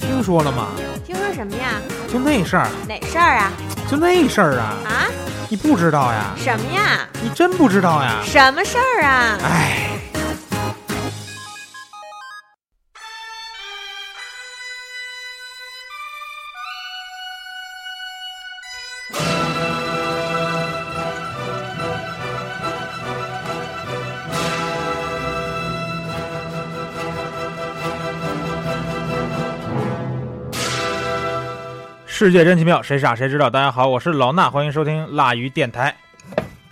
听说了吗？听说什么呀？就那事儿，哪事儿啊？就那事儿啊，啊？你不知道呀？什么呀？你真不知道呀？什么事儿啊？哎，世界真奇妙，谁傻谁知道？大家好，我是老衲，欢迎收听辣鱼电台、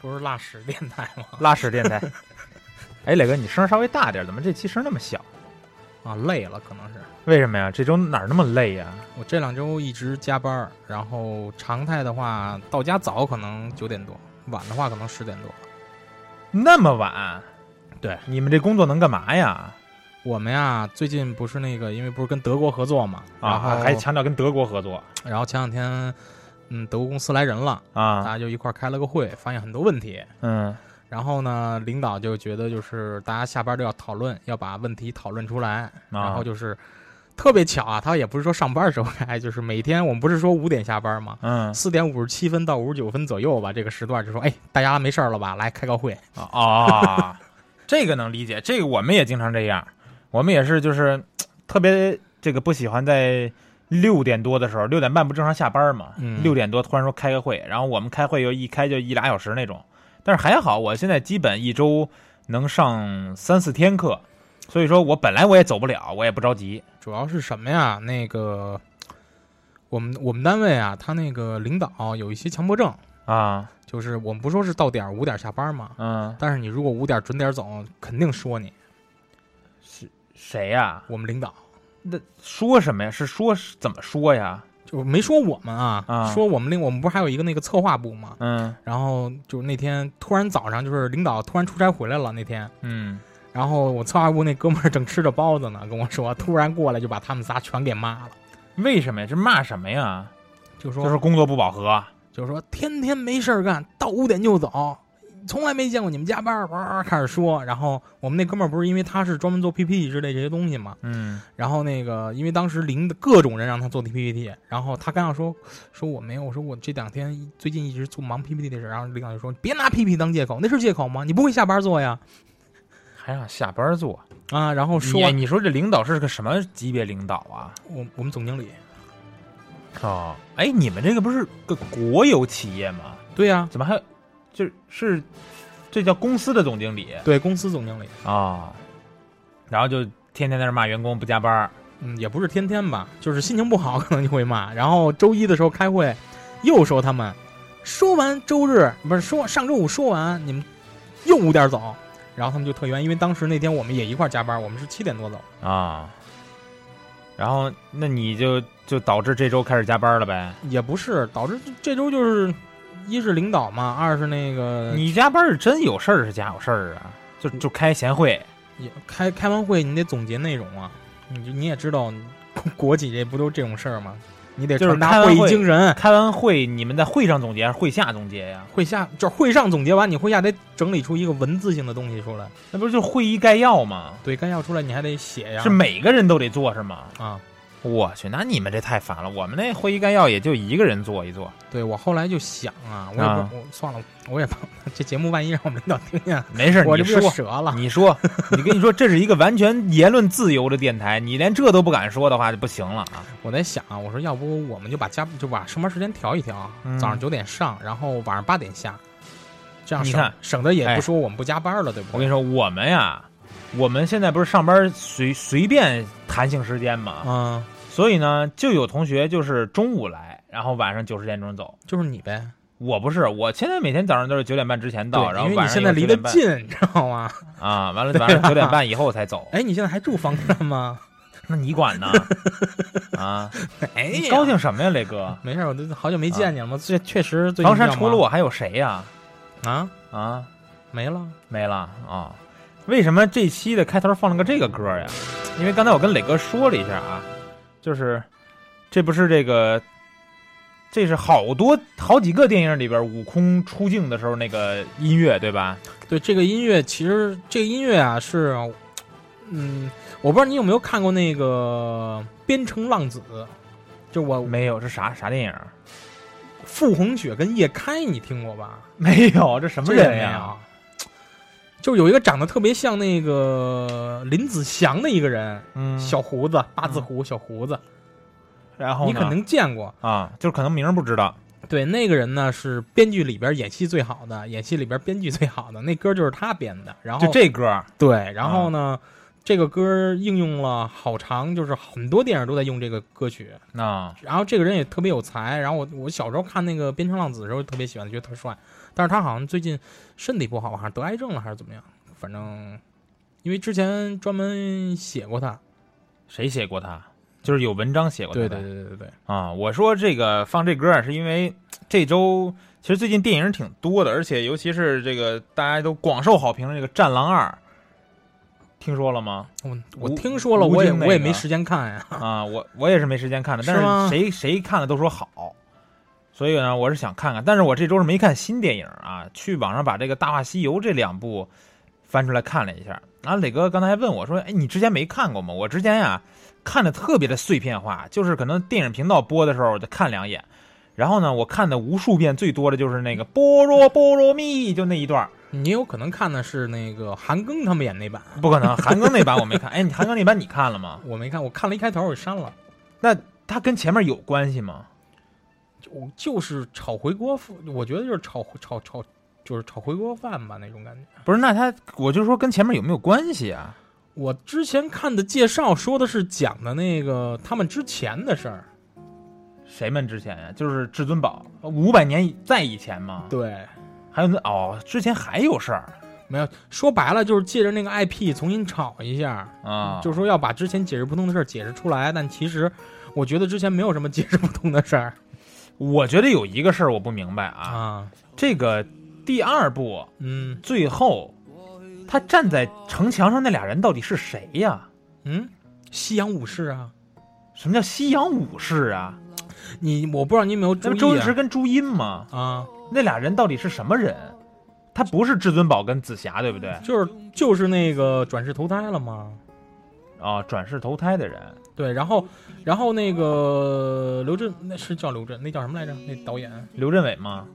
不是拉屎电台吗？拉屎电台。 哎，磊哥，你声儿稍微大点儿，怎么这期声儿那么小？啊，累了，可能是为什么呀？这周哪儿那么累呀？我这两周一直加班儿，然后常态的话到家早可能九点多，晚的话可能十点多。那么晚？对，你们这工作能干嘛呀？我们呀，最近不是那个，因为不是跟德国合作嘛，啊，然后还强调跟德国合作然后前两天，嗯，德国公司来人了，大啊？家就一块儿开了个会，发现很多问题。嗯，然后呢，领导就觉得就是大家下班都要讨论，要把问题讨论出来。然后就是特别巧啊，他也不是说上班的时候开，就是每天我们不是说五点下班吗？嗯，四点五十七分到五十九分左右吧，这个时段就说，哎，大家没事儿了吧？来开个会。啊啊，这个能理解，这个我们也经常这样，我们也是就是嘖特别这个不喜欢在六点多的时候，六点半不正常下班嘛，嗯六点多突然说开个会，然后我们开会又一开就一俩小时那种，但是还好我现在基本一周能上三四天课，所以说我本来我也走不了，我也不着急，主要是什么呀？那个我们我们单位啊，他那个领导有一些强迫症，啊，就是我们不说是到点儿五点儿下班吗？嗯，但是你如果五点儿准点儿走，肯定说你。谁呀、我们领导那说什么呀？是说怎么说呀？就没说我们啊，啊说我们另我们不是还有一个那个策划部吗？嗯然后就那天突然早上就是领导突然出差回来了那天，嗯，然后我策划部那哥们儿正吃着包子呢，跟我说突然过来就把他们仨全给骂了，为什么呀？这骂什么呀？就说就是工作不饱和。就是说天天没事儿干，到五点就走，从来没见过你们加班儿，哇哇哇开始说。然后我们那哥们儿不是因为他是专门做 PPT 之类这些东西嘛，嗯然后那个因为当时领各种人让他做 PPT，然后他刚要说说我没有，我说我这两天最近一直做忙 PPT 的事儿，然后领导就说别拿 PPT 当借口，那是借口吗？你不会下班做呀？，还让哎下班做？啊，然后说你哎你说这领导是个什么级别领导啊？我我们总经理，哦，哎，你们这个不是个国有企业吗？对啊呀、怎么还有就是是这叫公司的总经理啊、对公司总经理，哦然后就天天在那骂员工不加班儿嗯，也不是天天吧，就是心情不好 可能就会骂。然后周一的时候开会，又说他们，说完周日不是说上周五说完，你们又五点走，然后他们就特冤，因为当时那天我们也一块儿加班，我们是七点多走。啊、然后那你就就导致这周开始加班了呗？也不是导致这这周就是一是领导嘛，二是那个你加班是真有事儿是假有事儿啊？就就开闲 会，也开开完会你得总结内容啊，你就你也知道 国国企这不都这种事儿吗？你得就是传开达完会议会精神，开完会你们在会上总结还是会下总结呀？会下就是会上总结完，你会下得整理出一个文字性的东西出来。那不是就会议概要吗？对，概要出来你还得写呀。是每个人都得做是吗？啊，我去，那你们这太烦了。我们那会议概要也就一个人做一做，对我后来就想啊，我也不、啊我算了，我也怕这节目万一让我们领导听见，没事，我你这不就啊说，折了。你说，你跟你说，这是一个完全言论自由的电台，你连这都不敢说的话就不行了啊！我在想啊，我说要不我们就把加就把上班时间调一调，嗯早上九点上，然后晚上八点下，这样你省看省得也哎不说我们不加班了，对不我跟对？你说，我们呀，我们现在不是上班随随便弹性时间嘛，嗯，所以呢，就有同学就是中午来，然后晚上九十点钟走。就是你呗，我不是，我现在每天早上都是九点半之前到，对，然因后为晚你上现在有离9得点半近，知道吗？啊，完了晚上九点半以后我才走，哎，你现在还住房山吗？那你管 呢？啊，哎呀，你高兴什么呀，雷哥？没事，我都好久没见你了嘛，这、确实最近唐啊山比较除了忙我还有谁呀、啊，啊？没了。没了啊、为什么这期的开头放了个这个歌呀？因为刚才我跟磊哥说了一下啊，就是这不是这个，这是好多好几个电影里边悟空出境的时候那个音乐对吧？对这个音乐，其实这个音乐啊，是嗯，我不知道你有没有看过那个《边城浪子》，就我没有，这啥啥电影？傅红雪跟叶开，你听过吧？没有，这什么这个人没呀有？，就有一个长得特别像那个林子祥的一个人，嗯，小胡子，八字胡，小胡子，然后你呢肯定见过。啊，就是可能名儿不知道，对，那个人呢是编剧里边演戏最好的，演戏里边编剧最好的，那歌就是他编的。然后就这歌儿对，然啊后呢，这个歌应用了好长，就是很多电影都在用这个歌曲。啊，然后这个人也特别有才，然后我我小时候看那个《边城浪子》的时候特别喜欢，觉得特帅。但是他好像最近身体不好，好像得癌症了还是怎么样，反正因为之前专门写过他。谁写过他？就是有文章写过他对的。对对对对对，啊，我说这个放这歌啊，是因为这周其实最近电影挺多的，而且尤其是这个大家都广受好评的这个《战狼二》，听说了吗？我吴我听说了，吴我也京那我也个没时间看呀。 啊，我我也是没时间看的，是但吗是谁谁看了都说好，所以呢，我是想看看，但是我这周是没看新电影啊，去网上把这个《大话西游》这两部翻出来看了一下。然后磊哥刚才还问我说：“哎，你之前没看过吗？”我之前呀、看的特别的碎片化，就是可能电影频道播的时候我就看两眼，然后呢，我看的无数遍最多的就是那个般若波罗蜜，就那一段儿。你有可能看的是那个韩庚他们演那版，不可能，韩庚那版我没看。哎，你韩庚那版你看了吗？我没看，我看了一开头我就删了。它跟前面有关系吗？就我就是炒回锅饭，我觉得就是炒炒炒，就是炒回锅饭吧那种感觉。不是，那它我就说跟前面有没有关系啊？我之前看的介绍说的是讲的那个他们之前的事儿，谁们之前呀？就是至尊宝五百年以在以前吗？对，还有那哦，之前还有事儿没有说白了就是借着那个 IP 重新炒一下，啊，就是说要把之前解释不通的事儿解释出来，但其实我觉得之前没有什么解释不通的事儿我觉得有一个事儿我不明白啊，啊，这个第二部嗯最后他站在城墙上那俩人到底是谁呀？嗯，夕阳武士啊，什么叫西洋武士啊？你我不知道你有没有那注不周意星啊驰跟朱茵吗？啊，那俩人到底是什么人？他不是至尊宝跟紫霞，对不对？就是就是那个转世投胎了吗？啊，转世投胎的人，对，然后然后那个刘震那是叫刘震，那叫什么来着？那导演刘镇伟吗？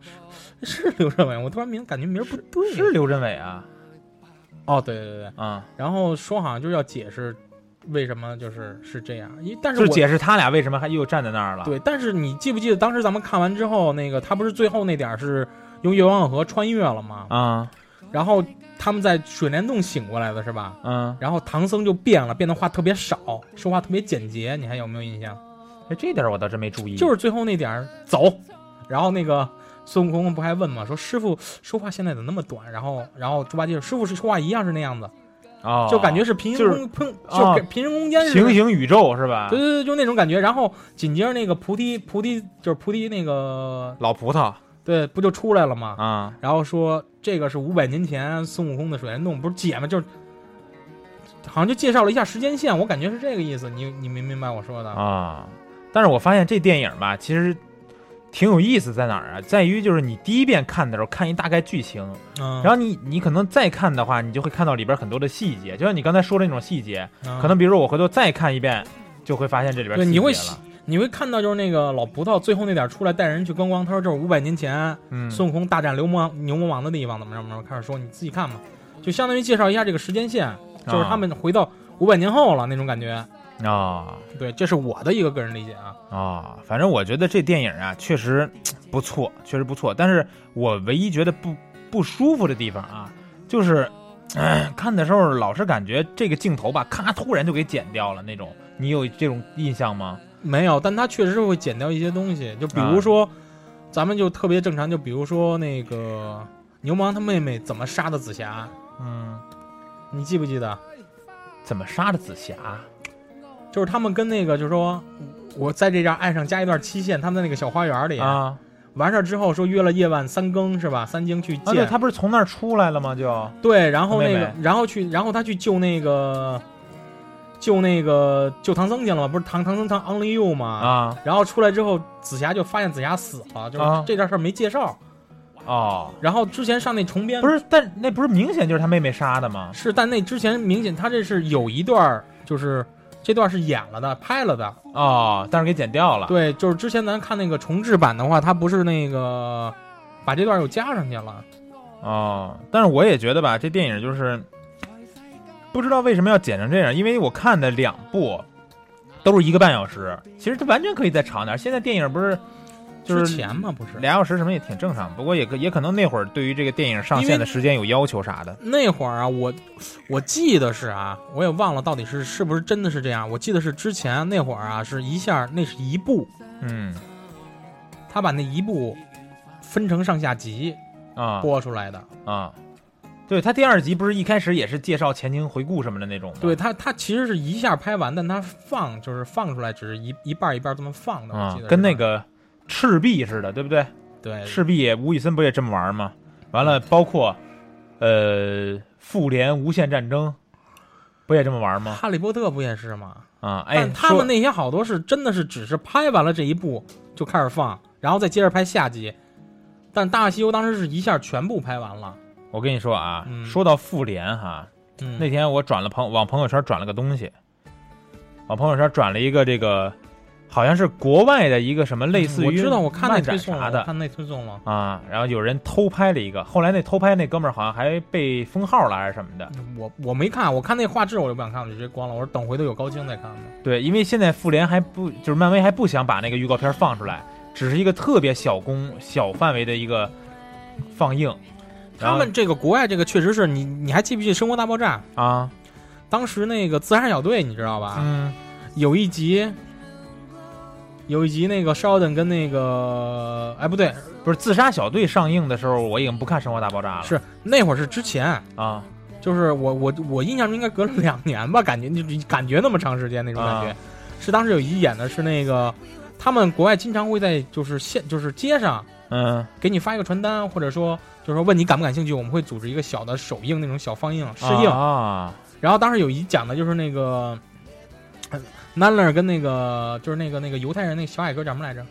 是刘镇伟，我突然名感觉名儿不对，是刘镇伟啊哦，对对对对，啊！然后说好像就是要解释为什么就是是这样，因但是就我解释他俩为什么还又站在那儿了。，对，但是你记不记得当时咱们看完之后，那个他不是最后那点儿是用越王河穿越了吗？啊，然后他们在水帘洞醒过来的是吧？嗯，然后唐僧就变了，变得话特别少，说话特别简洁，你还有没有印象？哎，这点儿我倒真没注意。就是最后那点儿走，然后那个孙悟空不还问吗？说师傅说话现在怎么那么短？然后然后猪八戒说师傅是说话一样是那样子，啊，就感觉是平行就是空空，啊就给平行空间似的平行宇宙是吧？对对对，就那种感觉。然后紧接着那个菩提，菩提就是菩提那个，老葡萄对，不就出来了吗？啊，然后说这个是五百年前孙悟空的水帘洞，不是解吗？就是好像就介绍了一下时间线，我感觉是这个意思。你你明明白我说的？啊，但是我发现这电影吧，其实挺有意思，在哪儿啊？在于就是你第一遍看的时候看一大概剧情，嗯，然后你你可能再看的话，你就会看到里边很多的细节，就像你刚才说的那种细节，嗯可能比如说我回头再看一遍，就会发现这里边对，细你会节了。你会看到就是那个老葡萄最后那点儿出来带人去观光，他说这是五百年前嗯，孙悟空大战牛魔王牛魔王的地方，怎么着怎么着，开始说你自己看吧，就相当于介绍一下这个时间线，就是他们回到五百年后了那种感觉。啊对，这是我的一个个人理解啊。啊，反正我觉得这电影啊，确实不错，确实不错。但是我唯一觉得不不舒服的地方啊，就是、哎看的时候老是感觉这个镜头吧，咔突然就给剪掉了那种。你有这种印象吗？没有，但它确实是会减掉一些东西，就比如说，咱们就特别正常，就比如说那个牛魔王他妹妹怎么杀的紫霞，嗯，你记不记得？怎么杀的紫霞？就是他们跟那个，就是说我在这点爱上加一段期限，他们在那个小花园里，啊完事儿之后说约了夜晚三更是吧？三更去啊！见、对，他不是从那儿出来了吗？就对，然后那妹个，妹然后去，然后他去救那个，救那个救唐僧去了嘛？不是唐唐僧唐 Only You 吗？啊然后出来之后，紫霞就发现紫霞死了，就是啊这件事儿没介绍。哦，然后之前上那重编不是，但那不是明显就是他妹妹杀的吗？是，但那之前明显他这是有一段儿，就是这段是演了的、拍了的。哦，但是给剪掉了。对，就是之前咱看那个重制版的话，他不是那个把这段又加上去了。哦，但是我也觉得吧，这电影就是不知道为什么要剪成这样，因为我看的两部都是一个半小时，其实它完全可以再长点儿。现在电影不是就之是前嘛，不是俩小时什么也挺正常，不过也可也可能那会儿对于这个电影上线的时间有要求啥的。那会儿啊，我我记得是啊，我也忘了到底是是不是真的是这样。我记得是之前那会儿啊，是一下那是一部，嗯他把那一部分成上下集啊播出来的。啊，对他第二集不是一开始也是介绍前情回顾什么的那种吗？对他，他其实是一下拍完，但他放就是放出来，只是一一半儿一半儿这么放的。我啊记得，是跟那个赤壁似的，对不对？对赤壁也吴宇森不也这么玩吗？完了，包括呃复联无限战争，不也这么玩吗？哈利波特不也是吗？啊，哎但，他们那那些好多是真的是只是拍完了这一部就开始放，然后再接着拍下集。但《大话西游》当时是一下全部拍完了。我跟你说啊，嗯说到复联哈，嗯，那天我转了朋往朋友圈转了个东西，往朋友圈转了一个这个，好像是国外的一个什么类似嗯于我知道，我看那漫推展送啥了，的我看那推送了，啊，然后有人偷拍了一个，后来那偷拍那哥们儿好像还被封号了还是什么的。我我没看，我看那画质我就不想看，我就直接关了。我说等回头有高清再看吧。对，因为现在复联还不就是漫威还不想把那个预告片放出来，只是一个特别小公小范围的一个放映。然他后们这个国外这个确实是你，你还记不记《生活大爆炸》？啊，当时那个自杀小队你知道吧？嗯有一集，有一集那个 Sheldon 跟那个，哎不对，不是自杀小队上映的时候，我已经不看《生活大爆炸》了。是那会儿是之前，啊，就是我我我印象中应该隔了两年吧，感觉就就感觉那么长时间那种感觉，啊是当时有一集演的是那个，他们国外经常会在就是现就是街上嗯给你发一个传单，或者说就是说问你感不感兴趣，我们会组织一个小的首映那种小放映试映，啊然后当时有一讲的就是那个。南勒尔跟那个就是那个那个犹太人那个小矮个叫什么来着？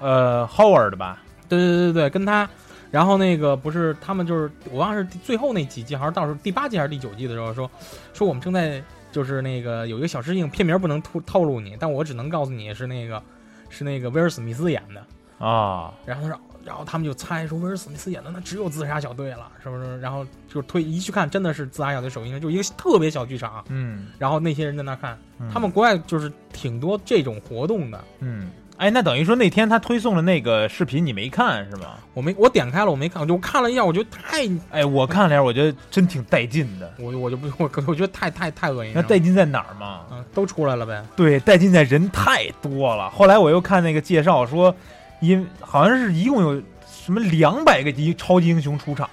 呃，Howard 吧，对对对对，跟他，然后那个不是他们就是我忘了是最后那几季，好像到时候第八季还是第九季的时候说，说我们正在就是那个有一个小事情，片名不能透透露你，但我只能告诉你是那个是那个威尔史密斯演的。啊然后他说，然后他们就猜说威尔史密斯演的那只有自杀小队了，是不是？然后就推一去看，真的是自杀小队首映，就一个特别小剧场，嗯，然后那些人在那看，嗯他们国外就是挺多这种活动的。嗯，哎，那等于说那天他推送的那个视频你没看是吗？我没我点开了，我没看，我就看了一下，我觉得太哎，我看了一下，我觉得真挺带劲的。我我就不我我觉得太太太恶心那了。带劲在哪儿嘛？嗯，都出来了呗。对，带劲在人太多了。后来我又看那个介绍说，因好像是一共有什么两百个级超级英雄出场，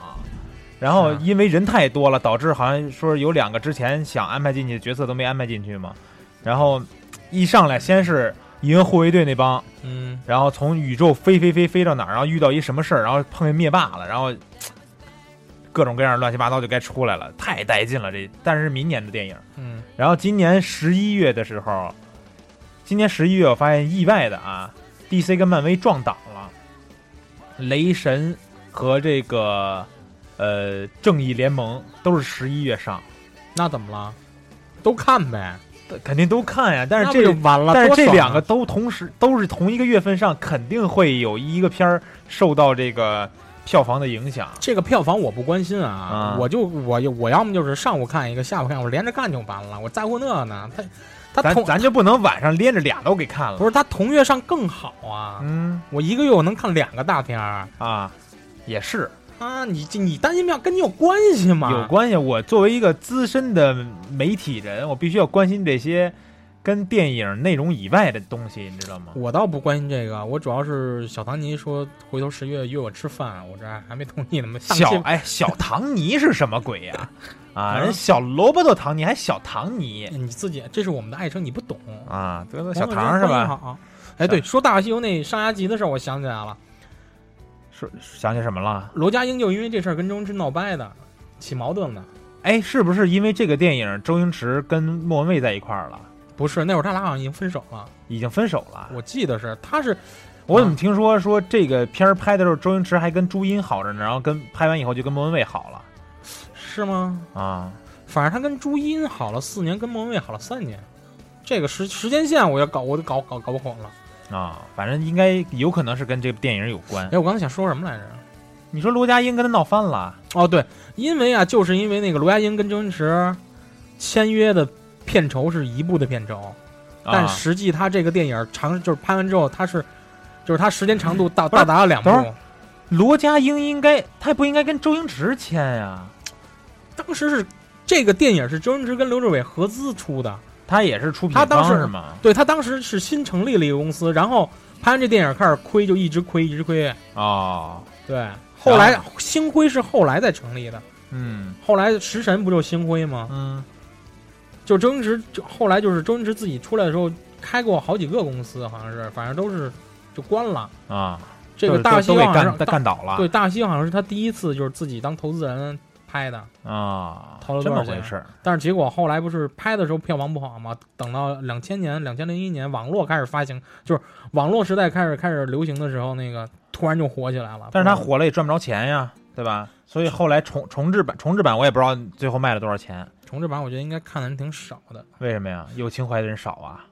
然后是啊因为人太多了，导致好像说有两个之前想安排进去的角色都没安排进去嘛。然后一上来先是银河护卫队那帮，嗯，然后从宇宙飞飞飞飞到哪儿，然后遇到一什么事儿，然后碰见灭霸了，然后嘖各种各样的乱七八糟就该出来了，太带劲了这。但是是明年的电影。嗯，然后今年十一月的时候，今年十一月我发现意外的啊，DC 跟漫威撞档了，雷神和这个呃正义联盟都是十一月上，那怎么了？都看呗。肯定都看呀。但是那这不就完了，但是这多爽两啊个都同时都是同一个月份上，肯定会有一个片儿受到这个票房的影响。这个票房我不关心啊，啊我就我我要么就是上午看一个，下午看一个，我连着看就完了，我在乎那呢？他他咱同咱就不能晚上连着俩都给看了。不是他同月上更好啊，嗯我一个月我能看两个大片儿啊，也是。啊，你这你担心票跟你有关系吗？有关系。我作为一个资深的媒体人，我必须要关心这些跟电影内容以外的东西，你知道吗？我倒不关心这个，我主要是小唐尼说回头十月约我吃饭，我这还没同意呢嘛。上期小哎，小唐尼是什么鬼呀、啊？啊人小萝卜头唐尼还小唐尼你自己，这是我们的爱称，你不懂。啊？得了，小唐是吧？好。哎，对，说《大话西游》那上下集的事儿，我想起来了，是想起什么了？罗家英就因为这事儿跟周星驰闹掰的，起矛盾了。哎，是不是因为这个电影周星驰跟莫文蔚在一块儿了，不是，那会儿他俩好像已经分手了，已经分手了？我记得是，他是，我怎么听说说这个片儿拍的时候，周星驰还跟朱茵好着呢，然后跟拍完以后就跟莫文蔚好了是吗？啊？反正他跟朱茵好了四年，跟莫文蔚好了三年，这个时时间线我要搞，我都搞搞搞不混了。啊，反正应该有可能是跟这部电影有关。哎，我刚才想说什么来着？你说罗家英跟他闹翻了，啊哦，对，因为啊，就是因为那个罗家英跟周星驰签约的片酬是一部的片酬，但啊实际他这个电影长就是拍完之后，他是就是他时间长度到不是到达了两部等。会罗家英应该他也不应该跟周星驰签呀、当时是这个电影是周星驰跟刘志伟合资出的，他也是出品他当方时是吗？对他当时是新成立了一个公司，然后拍完这电影开始亏，就一直亏一直亏。哦，对，后来星辉是后来再成立的，嗯后来食神不就星辉吗？嗯，就周星驰就后来就是周星驰自己出来的时候，开过好几个公司，好像是，反正都是就关了。啊，这个都大都西都洋给好像干是干倒了，对大西洋好像是他第一次就是自己当投资人拍的，啊，掏了这多少么钱回事儿但是结果后来不是拍的时候票房不好嘛？等到两千年、两千零一年网络开始发行，就是网络时代开始开始流行的时候，那个突然就火起来了。但是他火了也赚不着钱呀，对吧？所以后来重重制版重制版我也不知道最后卖了多少钱，重制版，我觉得应该看的人挺少的，为什么呀？有情怀的人少啊？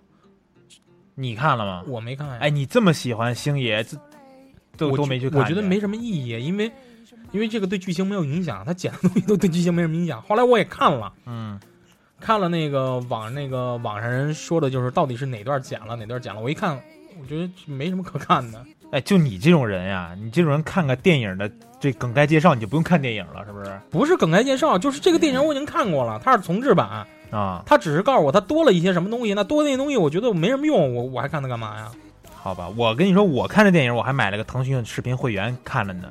你看了吗？我没看。哎，，你这么喜欢星爷，这都我都觉没去看我去，觉得没什么意义，因为因为这个对剧情没有影响，他剪的东西都对剧情没什么影响。后来我也看了。嗯看了那个网那个网上人说的，就是到底是哪段剪了，哪段剪了。我一看，我觉得没什么可看的。哎，就你这种人呀，你这种人看个电影的这梗概介绍，你就不用看电影了，是不是？不是梗概介绍，就是这个电影我已经看过了，它是重制版，啊，它只是告诉我它多了一些什么东西，那多的那东西我觉得没什么用，我我还看它干嘛呀？好吧，我跟你说，我看这电影，我还买了个腾讯视频会员看了呢。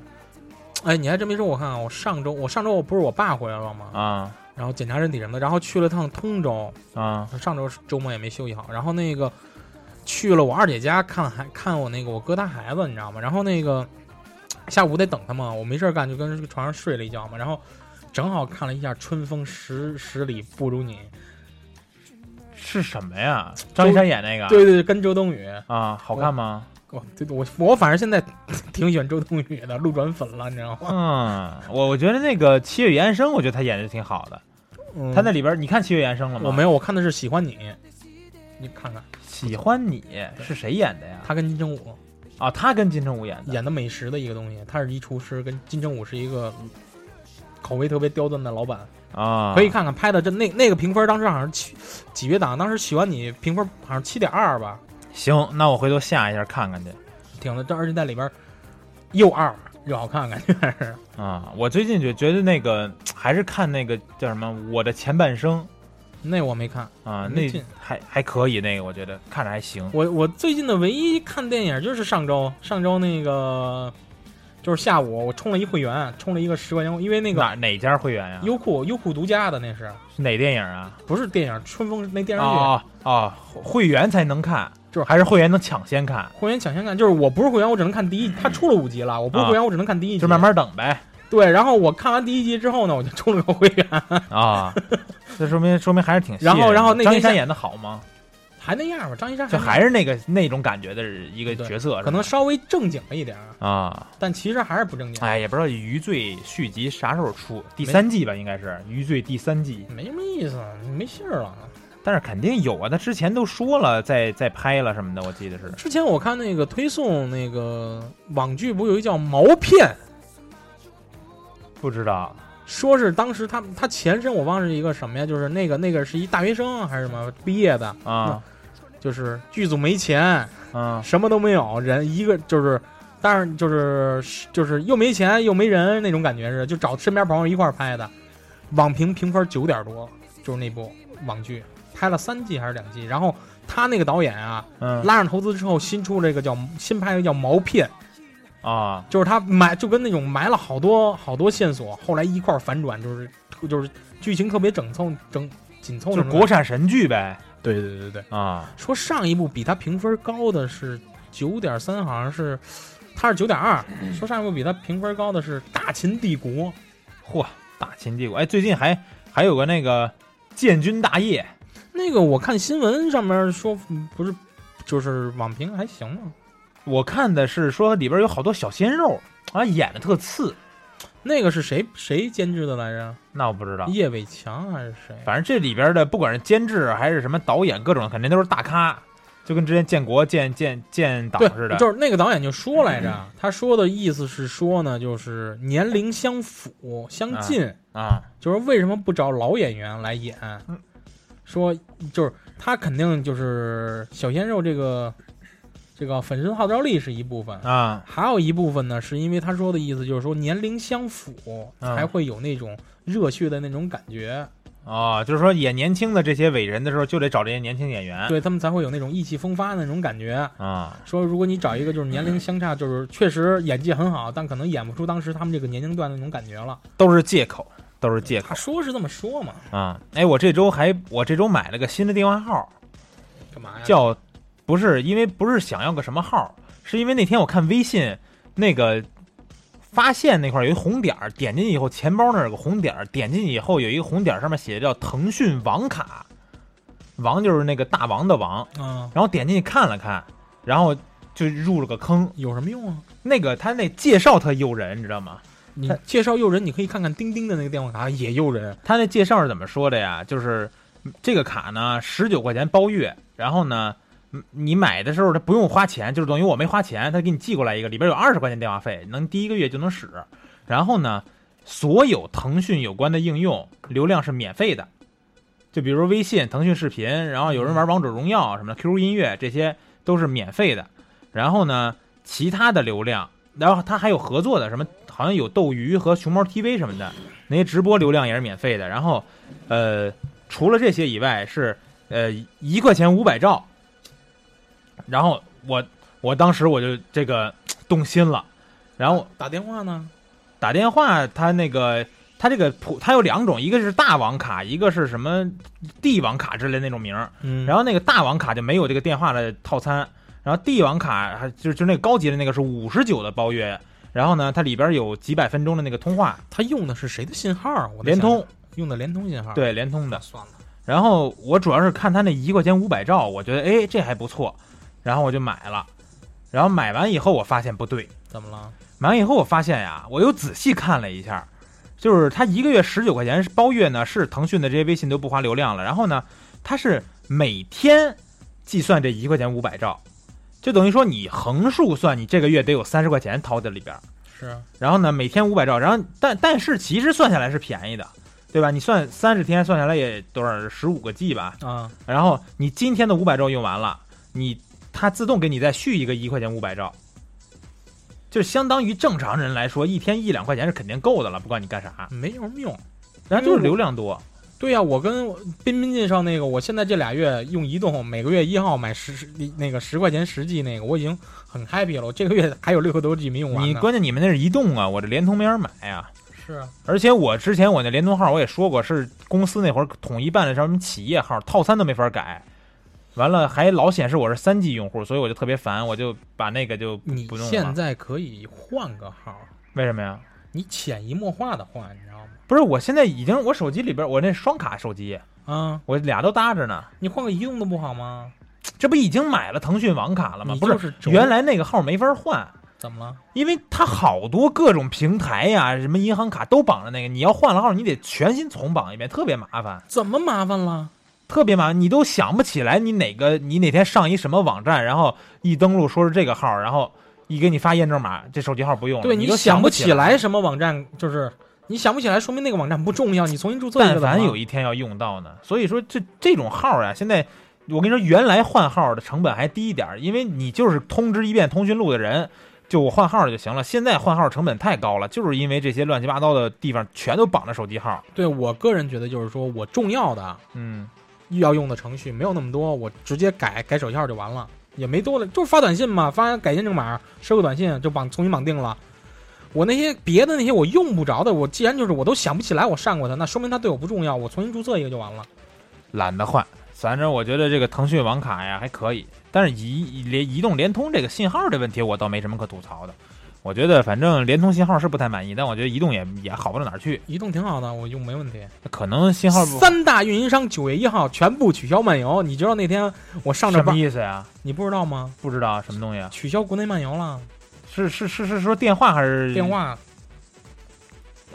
哎，你还真别说，我看啊，我上周我上周不是我爸回来了吗？啊然后检查身体什么的，然后去了趟通州，啊上周周末也没休息好，然后那个去了我二姐家看孩看我那个我哥他孩子，你知道吗？然后那个下午得等他嘛，我没事儿干就跟床上睡了一觉嘛，然后正好看了一下《春风十十里不如你》，是什么呀？张一山演那个？对对对，跟周冬雨，啊，好看吗？我对我我反正现在 挺喜欢周冬雨的，路转粉了，你知道吗？嗯，我我觉得那个《七月与安生》，我觉得他演的挺好的。嗯他那里边，你看《七月与安生》了吗？我没有，我看的是喜欢你，你看看喜欢你是谁演的呀？他跟金城武啊，他跟金城武演的。演的美食的一个东西，他是一厨师，跟金城武是一个口味特别刁钻的老板。啊，可以看看拍的这那那个评分，当时好像是七几月档，当时喜欢你评分好像七点二吧，行，那我回头下一下看看去。挺的，这而且在里边又二又好看，感觉还是啊，我最近就觉得那个还是看那个叫什么《我的前半生那我没看，》啊，没那劲还还可以，那个我觉得看着还行。我我最近的唯一看电影就是上周上周那个就是下午我充了一会员，充了一个十块钱，因为那个哪哪家会员呀？优酷优酷独家的那是是哪电影啊？不是电影《春风》那电视剧，哦哦哦，会员才能看，就是还是会员能抢先看，会员抢先看，就是我不是会员，我只能看第一，它出了五集了，我不是嗯啊会员，我只能看第一集，就慢慢 等呗对，然后我看完第一集之后呢，我就充了个会员。啊。这说明说明还是挺吸引人的。然后然后那天张一山下演的好 吗？还那样吧，张一山就那还是那个那种感觉的一个角色，可能是稍微正经了一点，儿，吧啊。但其实还是不正经，哎，也不知道《余罪》续集啥时候出，第三季吧，应该是《余罪》第三季。哎没什么意思，没信儿了。但是肯定有啊，他之前都说了在在拍了什么的，我记得是之前我看那个推送那个网剧，不有一叫《毛片》，不知道说是当时他他前身我忘了是一个什么呀，就是那个那个是一大学生还是什么毕业的，啊就是剧组没钱，啊什么都没有，人一个就是。当然就是就是又没钱又没人那种感觉是，就找身边朋友一块儿拍的，网评评分九点多，就是那部网剧拍了三季还是两季，然后他那个导演啊，嗯拉上投资之后新出了一个叫新拍一个叫毛片，啊就是他埋就跟那种埋了好多好多线索，后来一块儿反转，就是就是剧情特别整凑整紧凑就那是种感觉。国产神剧呗对对对对，啊说上一部比他评分高的是九点三，好像是他是九点 二，说上一部比他评分高的是《大秦帝国》。嚯大秦帝国哎最近还还有个那个建军大业那个我看新闻上面说嗯不是，就是网评还行嘛，我看的是说里边有好多小鲜肉啊，演的特次。那个是谁谁监制的来着？那我不知道，叶伟强还是谁？反正这里边的不管是监制还是什么导演，各种肯定都是大咖，就跟之前建国建建建党对似，的。就是那个导演就说来 着，他说的意思是说呢，就是年龄相符相近，啊，就是为什么不找老演员来演？嗯说就是他肯定就是小鲜肉这个这个粉丝号召力是一部分，啊，还有一部分呢，是因为他说的意思就是说年龄相符嗯才会有那种热血的那种感觉，哦，就是说演年轻的这些伟人的时候，就得找这些年轻演员。对他们才会有那种意气风发的那种感觉。啊，说如果你找一个就是年龄相差，就是确实演技很好，但可能演不出当时他们这个年龄段的那种感觉了。都是借口，都是借口他说是这么说嘛？啊。哎，我这周还我这周买了个新的电话号，干嘛呀？叫不是因为不是想要个什么号，是因为那天我看微信那个发现那块儿有一红点儿，点进去以后钱包那儿有个红点儿，点进去以后有一个红点儿，上面写着叫腾讯网卡，王就是那个大王的王，啊，然后点进去看了看，然后就入了个坑。有什么用啊？那个他那介绍特诱人，你知道吗？你他介绍诱人，你可以看看钉钉的那个电话卡也诱人。他那介绍是怎么说的呀？就是嗯这个卡呢，十九块钱包月，然后呢，嗯你买的时候他不用花钱，就是等于我没花钱，他给你寄过来一个，里边有二十块钱电话费，能第一个月就能使。然后呢，所有腾讯有关的应用流量是免费的，就比如微信、腾讯视频，然后有人玩王者荣耀什么的，QQ 音乐这些都是免费的。然后呢，其他的流量，然后它还有合作的，什么好像有斗鱼和熊猫 TV 什么的，那些直播流量也是免费的。然后，呃，除了这些以外是呃一块钱五百兆。然后我我当时我就这个动心了，然后打电话呢？打电话，它那个它这个普它有两种，一个是大网卡，一个是什么帝王卡之类那种名儿。嗯然后后那个大网卡就没有这个电话的套餐，然后帝王卡还就就那个高级的那个是五十九的包月，然后呢它里边有几百分钟的那个通话，他用的是谁的信号啊？我在联想啊通用的联通信号。，对联通的那。算了。然后我主要是看他那一块钱五百兆，我觉得哎这还不错，然后我就买了，然后买完以后我发现不对，怎么了？买完以后我发现呀，我又仔细看了一下，就是它一个月十九块钱包月呢，是腾讯的这些微信都不花流量了，然后呢，它是每天计算这一块钱五百兆，就等于说你横竖算，你这个月得有三十块钱掏在里边儿。是然后呢，每天五百兆，然后但但是其实算下来是便宜的，对吧？你算三十天算下来也多少十五个 G 吧，啊，然后你今天的五百兆用完了，你它自动给你再续一个一块钱五百兆，就是相当于正常人来说，一天一两块钱是肯定够的了，不管你干啥，没什么用。然后就是流量多，对呀、我跟彬彬介绍那个，我现在这俩月用移动，每个月一号买十十那个十块钱十 G 那个，我已经很 happy 了。我 这个月还有六个多 G 没用啊完你呢。关键你们那是移动啊，我这联通没人买啊。是啊而且我之前我那联通号我也说过，是公司那会儿统一办的什么企业号，套餐都没法改，完了还老显示我是三 G 用户，所以我就特别烦，我就把那个就你不用了。现在可以换个号，为什么呀？你潜移默化的换，你知道吗？不是，我现在已经我手机里边我那双卡手机，啊，我俩都搭着呢，你换个移动的不好吗？这不已经买了腾讯网卡了吗？你不，就是是轴原来那个号没法换，怎么了？因为它好多各种平台呀、什么银行卡都绑着那个，你要换了号，你得全新重绑一遍，特别麻烦。怎么麻烦了？特别麻烦，你都想不起来你哪个你哪天上一什么网站，然后一登录说是这个号，然后一给你发验证码，这手机号不用了，对你你都想不起来。来什么网站，就是你想不起来，说明那个网站不重要，你重新注册一个但怎么了。凡有一天要用到呢，所以说这这种号呀、现在我跟你说，原来换号的成本还低一点儿，因为你就是通知一遍通讯录的人，就我换号就行了。现在换号成本太高了，就是因为这些乱七八糟的地方全都绑着手机号。对我个人觉得，就是说我重要的嗯，要用的程序没有那么多，我直接改改手机号就完了，也没多了，就是发短信嘛，发改验证码，收个短信就绑重新绑定了。我那些别的那些我用不着的，我既然就是我都想不起来我上过它，那说明它对我不重要，我重新注册一个就完了。懒得换。反正我觉得这个腾讯网卡呀还可以，但是移移联移动联通这个信号这问题我倒没什么可吐槽的。我觉得反正联通信号是不太满意，但我觉得移动也也好不到哪儿去，移动挺好的，我用没问题。可能信号不三大运营商九月一号全部取消漫游，你知道那天我上着什么班，意思呀？你不知道吗？不知道什么东西啊？取消国内漫游了，是是是是说电话还是电？话。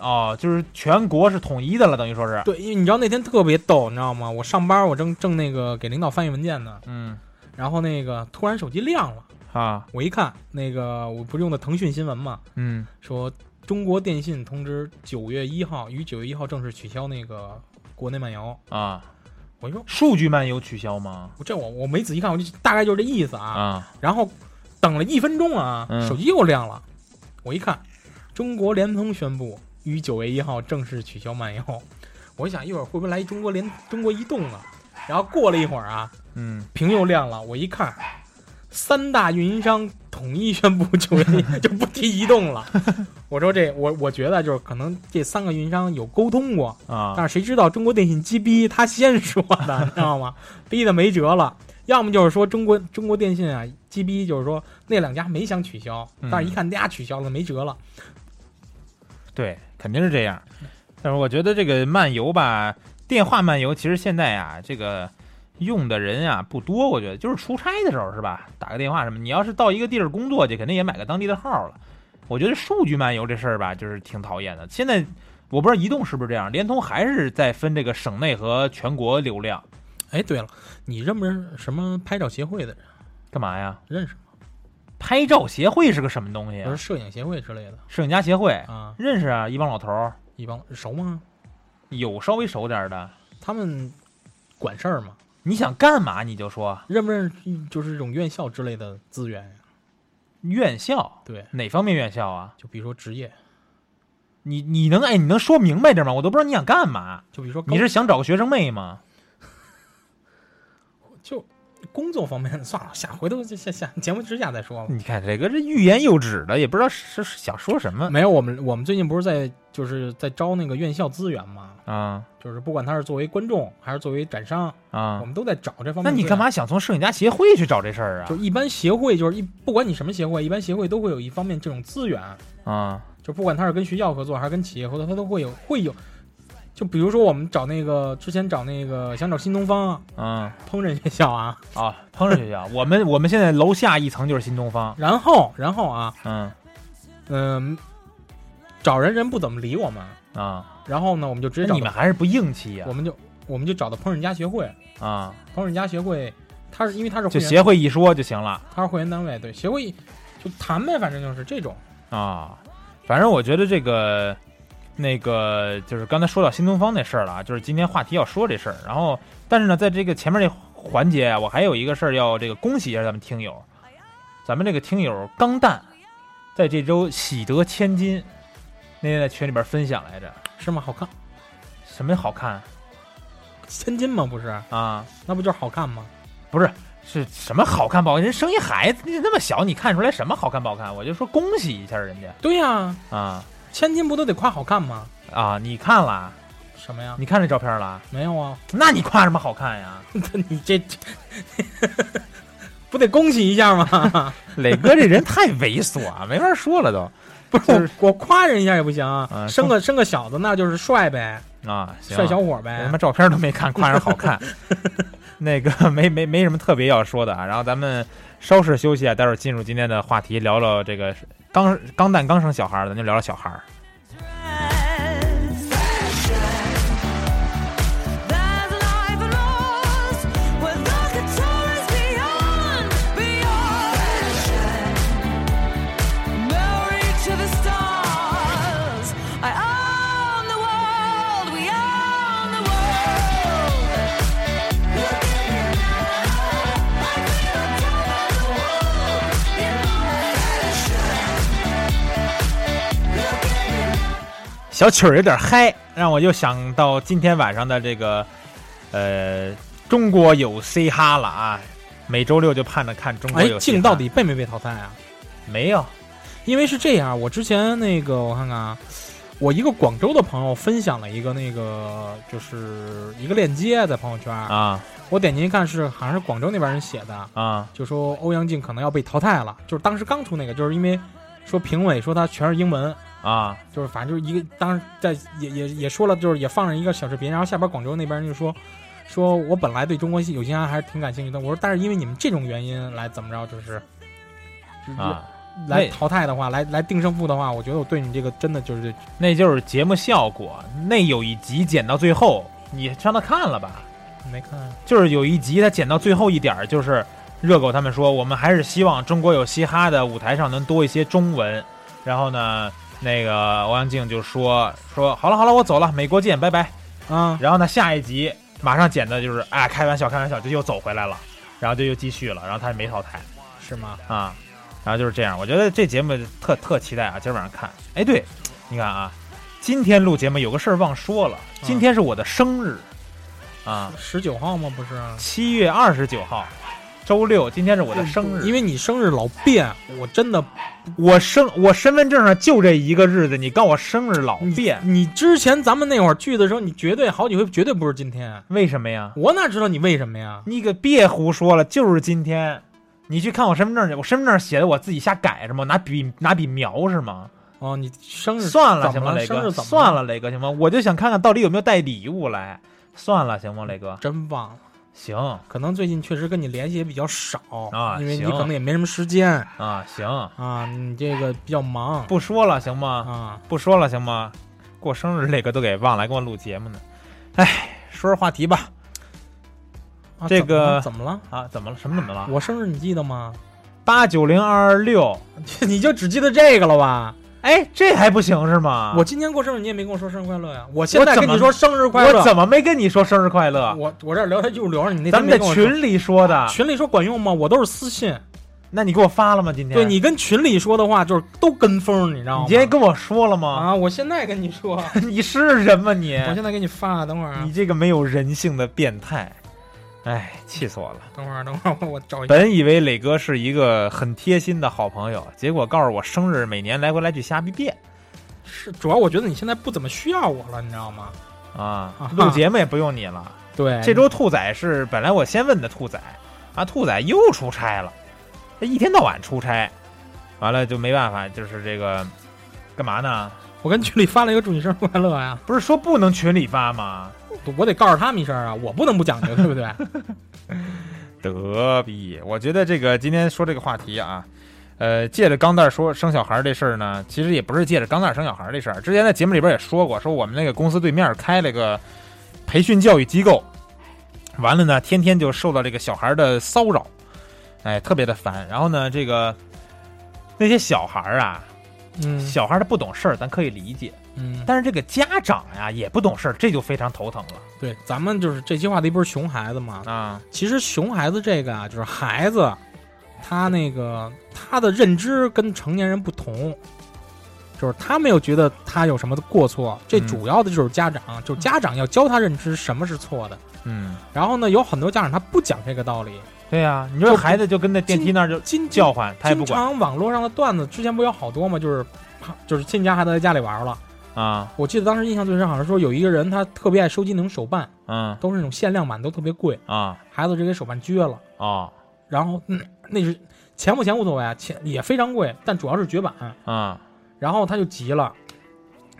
哦，就是全国是统一的了，等于说是，对，因为你知道那天特别逗，你知道吗？我上班，我正正那个给领导翻译文件呢，嗯然后那个突然手机亮了，啊，我一看，那个我不是用的腾讯新闻嘛，嗯说中国电信通知九月一号于九月一号正式取消那个国内漫游。啊，我说数据漫游取消吗？我这我我没仔细看，我就大概就是这意思啊。啊，然后等了一分钟啊，嗯手机又亮了，我一看，中国联通宣布于九月一号正式取消漫游。我一想一会儿会不会来中国联中国移动啊？然后过了一会儿啊，嗯，屏又亮了，我一看，三大运营商统一宣布九月一 就不提移动了。我说这我我觉得就是可能这三个运营商有沟通过，啊，但是谁知道中国电信鸡逼他先说 的，你知道吗？逼的没辙了。要么就是说中国中国电信啊鸡逼，就是说那两家没想取消，嗯但是一看那家取消了，没辙了。对，肯定是这样。但是我觉得这个漫游吧，电话漫游其实现在啊，这个用的人啊不多，我觉得就是出差的时候是吧？打个电话什么，你要是到一个地儿工作去，肯定也买个当地的号了。我觉得数据漫游这事儿吧，就是挺讨厌的。现在我不知道移动是不是这样，联通还是在分这个省内和全国流量，哎，对了，你认不认识什么拍照协会的人？干嘛呀？认识吗？拍照协会是个什么东西比如啊？摄影协会之类的摄影家协会，啊，认识啊，一帮老头儿，一帮熟吗？有稍微熟点儿的，他们管事儿吗？你想干嘛你就说认不认识就是这种院校之类的资源呀？院校对，哪方面院校啊？就比如说职业，你你能哎你能说明白点吗？我都不知道你想干嘛，就比如说高你是想找个学生妹吗？就工作方面算了，下回头下下节目之下再说吧。你看这个这欲言又止的，也不知道是是想说什么没有，我们我们最近不是在就是在招那个院校资源嘛，啊就是不管他是作为观众还是作为展商，啊我！们都在找这方面。那你干？嘛想从摄影家协会去找这事儿啊就？一般协会就是一不管你什么协会，一般协会都会有一方面这种资源，啊就不管他是跟学校合作还是跟企业合作，他都会有会有。就比如说我们找那个之前找那个想找新东方啊啊烹饪学校啊，啊！烹饪学 校，我们我们现在楼下一层就是新东方，然后然后啊，嗯嗯，找人人不怎么理我们，啊，然后呢我们就直接那找你们还是不硬气呀我们就我们就找到烹饪家协会。啊！烹饪家协会，它是因为它是会就员，协会一说就行了它是会员单位，对协会就谈呗，反正就是这种。啊。反正我觉得这个那个就是刚才说到新东方那事儿了啊，就是今天话题要说这事儿。然后，但是呢，在这个前面这环节啊，我还有一个事儿要这个恭喜一下咱们听友，咱们这个听友钢蛋，在这周喜得千金。那天在群里边分享来着，是吗？好看，什么好看千金嘛，不是？啊？那不就是好看吗？是什么好看不好看？人生一孩子那么小，你看出来什么好看不好看？我就说恭喜一下人家对呀、啊千金不都得夸好看吗？啊！你看了，什么呀？你看这照片了？没有啊？ 那你夸什么好看呀？你这 这不得恭喜一下 吗？ 磊哥这人太猥琐啊，没法说了都不是、就是我，我夸人一下也不行啊啊生个生个小子那就是帅呗，啊！行帅小伙我他呗妈。照片都没看，夸人好 看。那个没没没什么特别要说的啊，然后咱们稍事休息啊，待会儿进入今天的话题，聊聊这个刚刚蛋刚生小孩儿，咱就聊聊小孩儿。 There's life lost where the control is beyond, beyond. No reach to the stars. I own the world. We own the world. Looking in I feel top of the world in my Looking in. 小曲儿有点嗨，让我又想到今天晚上的这个，呃，中国有嘻哈了啊！每周六就盼着看中国哎有，嘻哈。静到底被没被淘汰啊？没有因为是这样，我之前那个我看看啊，我一个广州的朋友分享了一个那个就是一个链接在朋友圈，啊我点进去看是好像是广州那边人写的，啊就说欧阳靖可能要被淘汰了，就是当时刚出那个，就是因为说评委说他全是英文，啊，就是反正就是一个，当时在也也也说了，就是也放上一个小视频，然后下边广州那边就说，说我本来对中国有嘻哈还是挺感兴趣的，我说但是因为你们这种原因来怎么着，就是，就是啊，来那淘汰的话，来来定胜负的话，我觉得我对你这个真的就是那就是节目效果。那有一集剪到最后，你上那看了吧？没看就是有一集他剪到最后一点儿，就是热狗他们说，我们还是希望中国有嘻哈的舞台上能多一些中文。然后呢，那个欧阳靖就说说好了好了，我走了，美国见，拜拜。啊，然后呢，下一集马上剪的就是哎，开玩笑，开玩笑，就又走回来了，然后就又继续了，然后他也没淘汰是吗？啊，然后就是这样。我觉得这节目特特期待啊，今儿晚上看。哎，对，你看啊，今天录节目有个事儿忘说了，嗯今天是我的生日啊，十九号吗？不是，啊七月二十九号。周六，今天是我的生日，嗯因为你生日老变，我真的我生我身份证上就这一个日子，你告我生日老嗯变，你之前咱们那会儿聚的时候，你绝对好几回绝对不是今天，为什么呀？我哪知道你为什么呀？你可别胡说了，就是今天。你去看我身份证去，我身份证写的我自己瞎改是吗？拿笔拿笔描是吗？哦，你生日算了怎行么吗，了磊生哥？日怎么算了，磊哥行吗？我就想看看到底有没有带礼物来。算了行吗，磊哥？真忘了。行可能最近确实跟你联系也比较少啊因为你行可能也没什么时间啊，行，啊，你这个比较忙不说了行吗？啊。不说了行吗？过生日磊哥都给忘了，还跟我录节目呢。哎，说说话题吧。啊这个怎么了？啊，怎么了？什么怎么怎了么了？？我生日你记得吗？ 八九零二二六，你就只记得这个了吧？哎，这还不行是吗？我今天过生日，你也没跟我说生日快乐呀。啊我现在怎跟么你说生日快乐，我怎么没跟你说生日快乐？我我这儿聊天记录留着你那咱天们没在跟我说啊群里说的，群里说管用吗？我都是私信，那你给我发了吗？今天对，你跟群里说的话就是都跟风，你知道吗？你今天跟我说了吗？啊，我现在跟你说，我 你是人吗你？现在给你发，等会儿啊你，这个没有人性的变态，哎，气死我了！等会儿，等会儿，我找一下。本以为磊哥是一个很贴心的好朋友，结果告诉我生日每年来回来去瞎逼变是，主要我觉得你现在不怎么需要我了，你知道吗？啊啊！哎录节目也不用你了。对这周兔仔是本来我先问的兔仔啊，兔仔又出差了，他一天到晚出差，完了就没办法，就是这个干嘛呢？我跟群里发了一个祝你生日快乐呀、 不是说不能群里发吗？我得告诉他们一声啊，我不能不讲究，对 不对？得比，我觉得这个今天说这个话题啊，呃，借着钢蛋说生小孩这事儿呢，其实也不是借着钢蛋生小孩这事儿。之前在节目里边也说过，说我们那个公司对面开了个培训教育机构，完了呢，天天就受到这个小孩的骚扰，哎，特别的烦。然后呢，这个那些小孩啊，嗯小孩他不懂事儿，咱可以理解，嗯，但是这个家长呀也不懂事儿，这就非常头疼了对，咱们就是这期话题不是熊孩子嘛？啊。其实熊孩子这个啊，就是孩子，他那个他的认知跟成年人不同，就是他没有觉得他有什么的过错，这嗯主要的就是家长，就是家长要教他认知什么是错的。嗯，然后呢，有很多家长他不讲这个道理，对呀、你说孩子就跟那电梯那儿就经叫唤，他也不经管。常网络上的段子，之前不有好多吗？就是怕就是亲家孩子在家里玩了。啊，我记得当时印象最深，好像说有一个人他特别爱收集那种手办，嗯都是那种限量版，都特别贵，啊孩子就给手办撅了。哦然后、嗯、那是钱不钱无所谓啊，钱也非常贵，但主要是绝版。啊然后他就急了，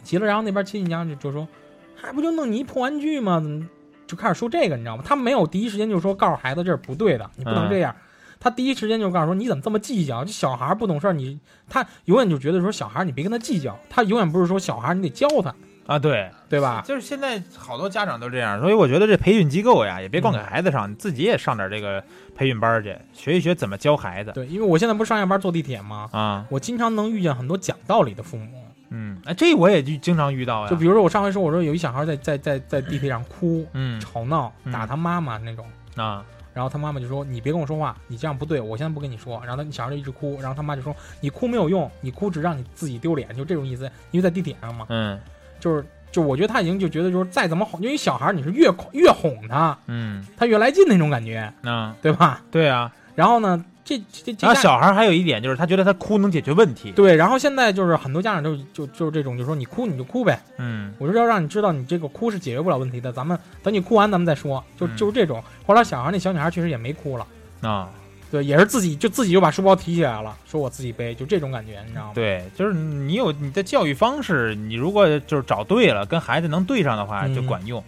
急了，然后那边亲戚家就就说，还不就弄你一破玩具吗？怎么就开始说这个，你知道吗？他没有第一时间就说告诉孩子这是不对的，你不能这样。他第一时间就告诉说你怎么这么计较？这小孩儿不懂事儿，你他永远就觉得说小孩儿你别跟他计较，他永远不是说小孩儿你得教他，啊，对，对吧？就是现在好多家长都这样，所以我觉得这培训机构呀，也嗯别光给孩子上，你自己也上点这个培训班儿去，学一学怎么教孩子对，因为我现在不是上下班坐地铁吗？啊，我经常能遇见很多讲道理的父母，嗯，哎，这我也就经常遇到呀，就比如说我上回说，我说有一小孩在在在在地铁上哭、啊嗯吵闹、嗯打他妈妈那种，啊然后他妈妈就说：“你别跟我说话，你这样不对，我现在不跟你说。”然后他小孩就一直哭，然后他妈就说：“你哭没有用，你哭只让你自己丢脸，就这种意思。因为在地铁上嘛，嗯就是就我觉得他已经就觉得就是再怎么哄，因为小孩你是越哄越哄他，嗯他越来劲那种感觉，啊，对吧？对啊，然后呢，这这这然后家啊小孩儿还有一点就是他觉得他哭能解决问题，对，然后现在就是很多家长就就就是这种，就说你哭你就哭呗，嗯我就是要让你知道你这个哭是解决不了问题的，咱们等你哭完咱们再说，就嗯就是这种。后来小孩那小女孩确实也没哭了。啊，对，也是自己就自己就把书包提起来了，说我自己背，就这种感觉，你知道吗？对，就是你有你的教育方式，你如果就是找对了，跟孩子能对上的话嗯就管用。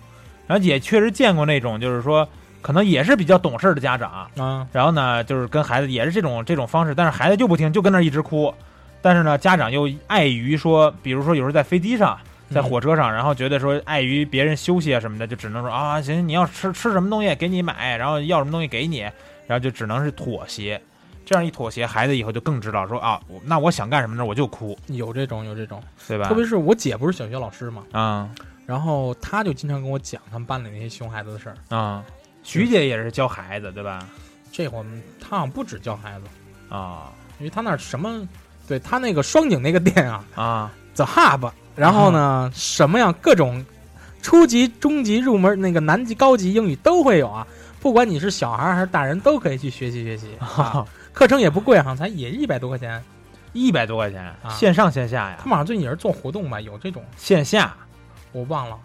然后也确实见过那种，就是说可能也是比较懂事的家长，啊，然后呢就是跟孩子也是这种这种方式，但是孩子就不听，就跟那儿一直哭。但是呢，家长又碍于说，比如说有时候在飞机上。嗯在火车上，然后觉得说碍于别人休息啊什么的，就只能说啊行，你要吃吃什么东西给你买，然后要什么东西给你，然后就只能是妥协。这样一妥协，孩子以后就更知道说啊，我那我想干什么呢，我就哭，有这种有这种，对吧？特别是我姐不是小学老师嘛，啊然后她就经常跟我讲他们班里那些熊孩子的事儿。啊，徐姐也是教孩子，对吧？这会儿她好像不止教孩子，啊因为她那儿什么，对她那个双井那个店啊啊，The Hub，然后呢，嗯什么样各种初级、中级、入门那个南级、高级英语都会有啊。不管你是小孩儿还是大人，都可以去学习学 习。啊啊，课程也不贵，好像才也一百多块钱。一百多块钱，啊线上线下他呀，们好像最近也是做活动吧，有这种线下我忘了。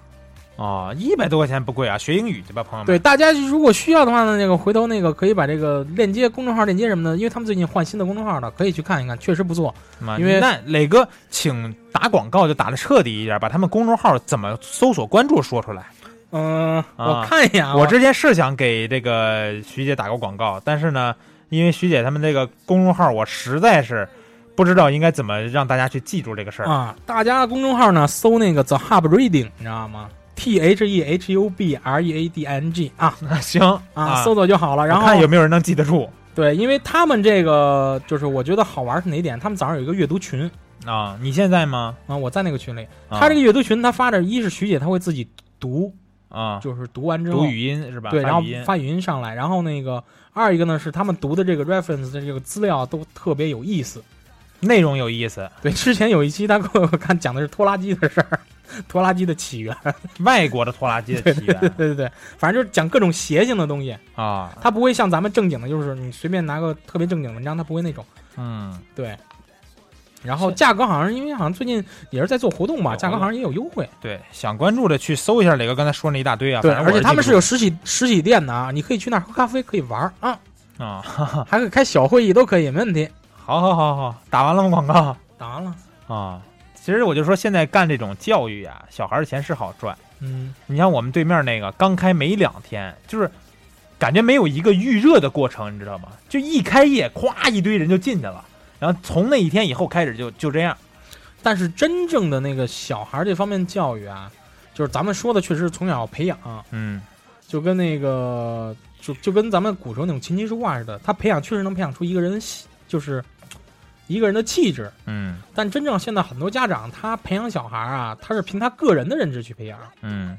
哦，一百多块钱不贵啊，学英语去吧，朋友们。对，大家如果需要的话呢，那个回头那个可以把这个链接、公众号链接什么的，因为他们最近换新的公众号了，可以去看一看，确实不错。嘛因为那磊哥，请打广告就打的彻底一点，把他们公众号怎么搜索关注说出来。嗯、我啊看一眼啊，我之前是想给这个徐姐打过广告，但是呢，因为徐姐他们这个公众号，我实在是不知道应该怎么让大家去记住这个事儿。 啊，大家公众号呢搜那个 The Hub Reading，你知道吗？T H E H U B R E A D I N G 啊行啊，搜索就好了。然我看有后没有人能记得住对，因为他们这个就是我觉得好玩是哪一点？他们早上有一个阅读群啊？你现在吗？啊，我在那个群里，啊他这个阅读群他发着，一是徐姐她会自己读，啊，就是读完之后读语音是吧？对，发然后语音发语音上来，然后那个二一个呢是他们读的这个 reference 的这个资料都特别有意思。内容有意思。对，之前有一期他给我看讲的是拖拉机的事儿， 拖拉机的起源，外国的拖拉机的起源对对对，反正就是讲各种邪性的东西，啊，他不会像咱们正经的，就是你随便拿个特别正经的文章，他不会那种。嗯，对，然后价格好像是因为好像最近也是在做活动吧，有价格活好像也有优惠。对，想关注的去搜一下磊哥刚才说那一大堆啊。对，反正而我且他们记是不有实体实体店的啊，你可以去那儿喝咖啡，可以玩儿啊，住啊，还可以开小会议都可以，没问 题。好好好好，打完了吗？广告。 打完了，啊，其实我就说现在干这种教育啊，小孩儿的钱是好赚。嗯，你像我们对面那个刚开没两天，就是感觉没有一个预热的过程，你知道吗？就一开业，咵一堆人就进去了，然后从那一天以后开始就就这样。但是真正的那个小孩儿这方面教育啊，就是咱们说的确实是从小培养、嗯就跟那个就就跟咱们古时候那种琴棋书画似的，他培养确实能培养出一个人的气，就是一个人的气质。嗯但真正现在很多家长他培养小孩啊，他是凭他个人的认知去培养，嗯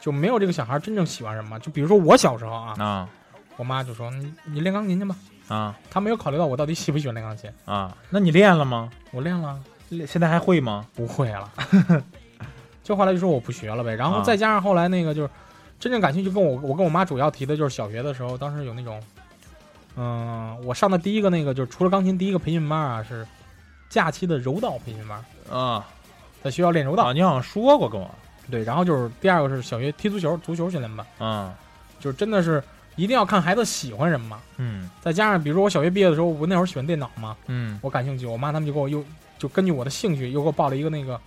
就没有这个小孩真正喜欢什么。就比如说我小时候啊，啊我妈就说你你练钢琴去吧，啊她没有考虑到我到底喜不喜欢练钢 琴。啊！那你练了吗？我练了，练现在还会吗？不会了， 就后来就说我不学了呗。然后啊再加上后来那个就是真正感兴趣，跟我我跟我妈主要提的就是小学的时候，当时有那种，嗯、我上的第一个那个就是除了钢琴第一个培训班啊是假期的柔道培训班，啊在学校练柔道。啊！你好像说过跟我。对，然后就是第二个是小学踢足球，足球训练班，嗯就是真的是一定要看孩子喜欢什么。嗯再加上比如说我小学毕业的时候，我那会儿喜欢电脑嘛，嗯我感兴趣，我妈他们就给我又就根据我的兴趣又给我报了一个那个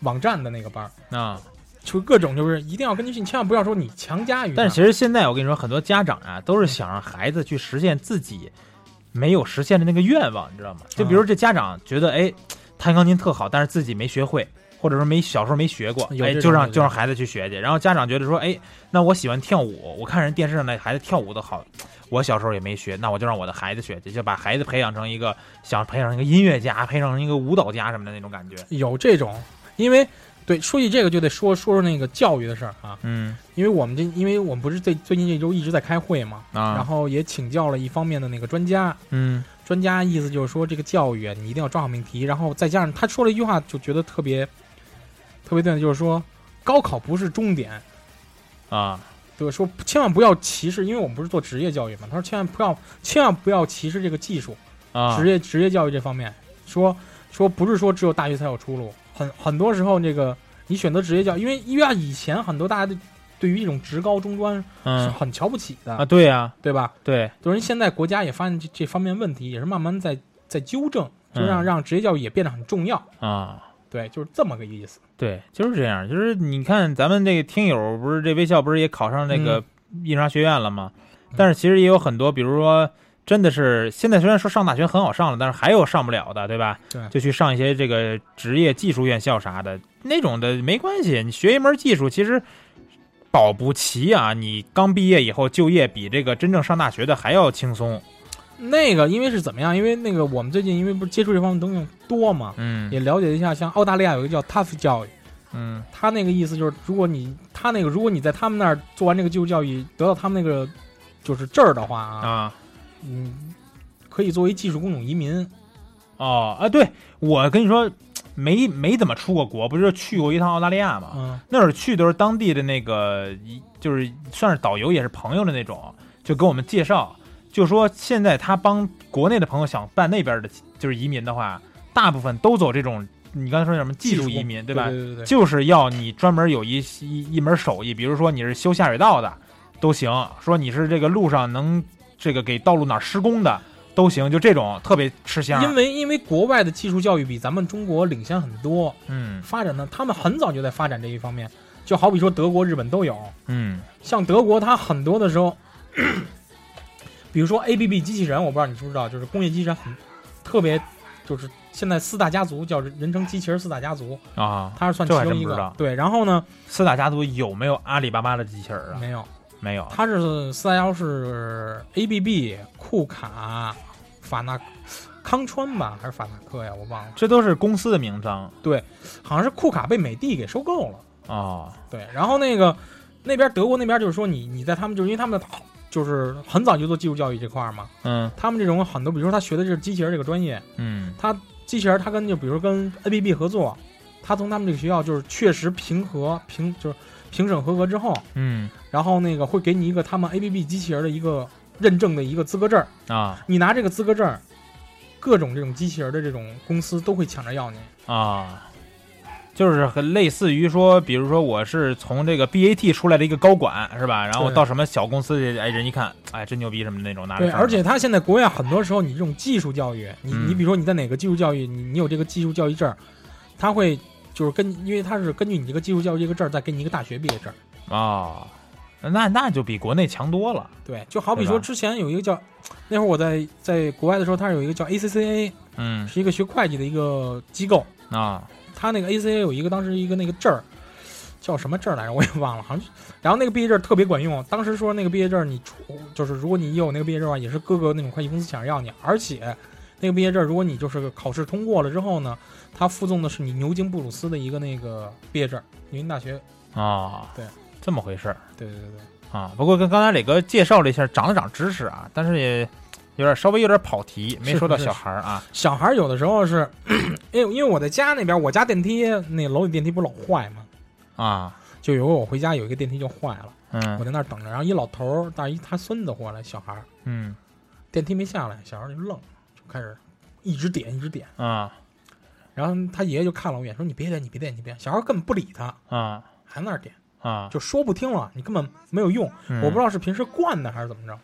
网站的那个班儿，啊！就各种就是一定要根据兴趣，千万不要说你强加于他。但是其实现在我跟你说，很多家长啊，都是想让孩子去实现自己没有实现的那个愿望，你知道啊吗？就比如这家长觉得，哎，弹钢琴特好，但是自己没学会，或者说没小时候没学过，有哎，这种有这就种让就让孩子去学去。然后家长觉得说，哎，那我喜欢跳舞，我看人电视上那孩子跳舞的好。我小时候也没学，那我就让我的孩子学去，就把孩子培养成一个想培养成一个音乐家，培养成一个舞蹈家什么的那种感觉。有这种，因为对说起这个就得说说说那个教育的事儿啊，嗯因为我们这因为我们不是这最近这周一直在开会嘛，啊，然后也请教了一方面的那个专家，嗯专家意思就是说这个教育啊，你一定要抓好命题，然后再加上他说了一句话，就觉得特别特别对的，就是说高考不是终点，啊对，说千万不要歧视，因为我们不是做职业教育嘛。他说千万不要，千万不要歧视这个技术，啊，职业职业教育这方面，说说不是说只有大学才有出路，很很多时候这个你选择职业教育，因为因为啊以前很多大家的对于一种职高中专是嗯很瞧不起的，啊，对呀，对吧？对，就是人现在国家也发现这这方面问题，也是慢慢在在纠正，就让嗯让职业教育也变得很重要。啊，对，就是这么个意思。对，就是这样。就是你看咱们这个听友，不是这微笑，不是也考上那嗯个印刷学院了吗？但是其实也有很多，比如说。真的是，现在虽然说上大学很好上了，但是还有上不了的，对吧？对就去上一些这个职业技术院校啥的那种的，没关系。你学一门技术，其实保不齐啊，你刚毕业以后就业比这个真正上大学的还要轻松。那个因为是怎么样？因为那个我们最近因为不是接触这方面东西多嘛，嗯也了解一下，像澳大利亚有一个叫 TAF 教育，嗯他那个意思就是，如果你他那个如果你在他们那儿做完这个技术教育，得到他们那个就是证儿的话啊，啊嗯，可以作为技术工种移民。哦啊，对我跟你说，没没怎么出过国，不是去过一趟澳大利亚吗？嗯那会儿去的时候，当地的那个一就是算是导游也是朋友的那种，就给我们介绍，就说现在他帮国内的朋友想办那边的，就是移民的话，大部分都走这种你刚才说什么技术移民，对吧？对对对就是要你专门有一一一门手艺，比如说你是修下水道的都行，说你是这个路上能这个给道路哪儿施工的都行，就这种特别吃香。因为因为国外的技术教育比咱们中国领先很多，嗯发展呢，他们很早就在发展这一方面，就好比说德国、日本都有。嗯像德国，它很多的时候， 比如说 A B B 机器人，我不知道你知不知道，就是工业机器人很特别，就是现在四大家族叫人称机器人四大家族，啊，它是算其这还中真一不知个道。对，然后呢，四大家族有没有阿里巴巴的机器人啊？没有，没有。它是四大家族是 A B B、库卡、法纳、康川吧，还是法纳克呀？我忘了，这都是公司的名章好像是库卡被美的给收购了。哦，对，然后那个那边德国那边就是说你你在他们就是因为他们的就是很早就做技术教育这块儿嘛，嗯他们这种很多，比如说他学的就是机器人这个专业，嗯机器人他跟就比如跟 ABB 合作，他从他们这个学校就是确实评核评就是评审合格之后，嗯然后那个会给你一个他们 ABB 机器人的一个认证的一个资格证儿，啊你拿这个资格证儿，各种这种机器人的这种公司都会抢着要你。啊，就是很类似于说，比如说我是从这个 BAT 出来的一个高管是吧？然后我对到什么小公司去，哎，人一看，哎，真牛逼什么的那种，拿着对，证而且他现在国外很多时候，你这种技术教育，你嗯你比如说你在哪个技术教育，你你有这个技术教育证儿，他会就是根，因为他是根据你这个技术教育这个证儿，再给你一个大学毕业证儿。哦，那那就比国内强多了。对，就好比对说吧之前有一个叫，那会儿我在在国外的时候，他有一个叫 ACCA，嗯是一个学会计的一个机构，啊他那个 ACCA 有一个当时一个那个证儿。叫什么证儿来着？ 我也忘了，好像就。然后那个毕业证儿特别管用，当时说那个毕业证儿你出就是如果你有那个毕业证儿的话，啊也是各个那种会计公司想要你，而且那个毕业证儿如果你就是考试通过了之后呢，它附赠的是你牛津布鲁斯的一个那个毕业证儿，牛津大学。啊，对，这么回事儿对对对对，啊。不过跟刚才磊哥介绍了一下，长了长知识啊，但是也有点稍微有点跑题，没是说到是小孩儿啊。小孩儿有的时候是， 因为因为我在家那边，我家电梯那楼里电梯不老坏嘛，啊，就有一回我回家有一个电梯就坏了，我嗯在那儿等着，然后一老头儿带一他孙子过来，小孩儿嗯电梯没下来，小孩儿就愣，就开始一直点一直点，啊然后他爷爷就看了我一眼，说你别点，你别点，你别点，小孩儿根本不理他，啊还在那儿点，啊！就说不听了，你根本没有用，嗯我不知道是平时惯的还是怎么着，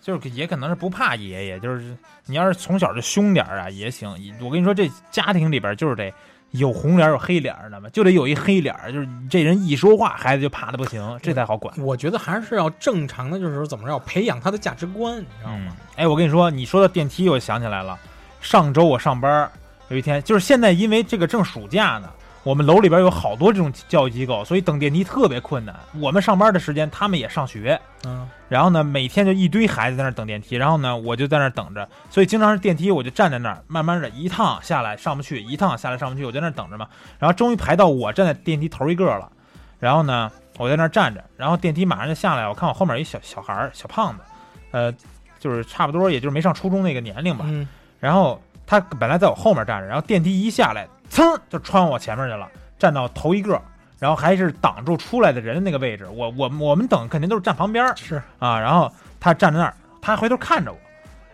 就是也可能是不怕爷爷，就是你要是从小就凶点儿啊也行。我跟你说，这家庭里边就是得有红脸儿有黑脸儿，知道吗？就得有一黑脸儿，就是你这人一说话，孩子就怕的不行，这才好管。我觉得还是要正常的，就是说怎么着，培养他的价值观，你知道嗯吗？，哎，我跟你说，你说到电梯，我想起来了，上周我上班儿有一天，就是现在因为这个正暑假呢，我们楼里边有好多这种教育机构，所以等电梯特别困难。我们上班的时间，他们也上学，嗯，然后呢，每天就一堆孩子在那儿等电梯，然后呢，我就在那儿等着，所以经常是电梯我就站在那儿，慢慢的一趟下来上不去，一趟下来上不去，我在那儿等着嘛，然后终于排到我站在电梯头一个了，然后呢，我在那儿站着，然后电梯马上就下来，我看我后面有一小小孩儿，小胖子，呃，就是差不多也就是没上初中那个年龄吧，嗯，然后他本来在我后面站着，然后电梯一下来，噌就穿我前面去了，站到头一个，然后还是挡住出来的人的那个位置，我我我们等肯定都是站旁边儿。是。啊，然后他站在那儿，他回头看着我，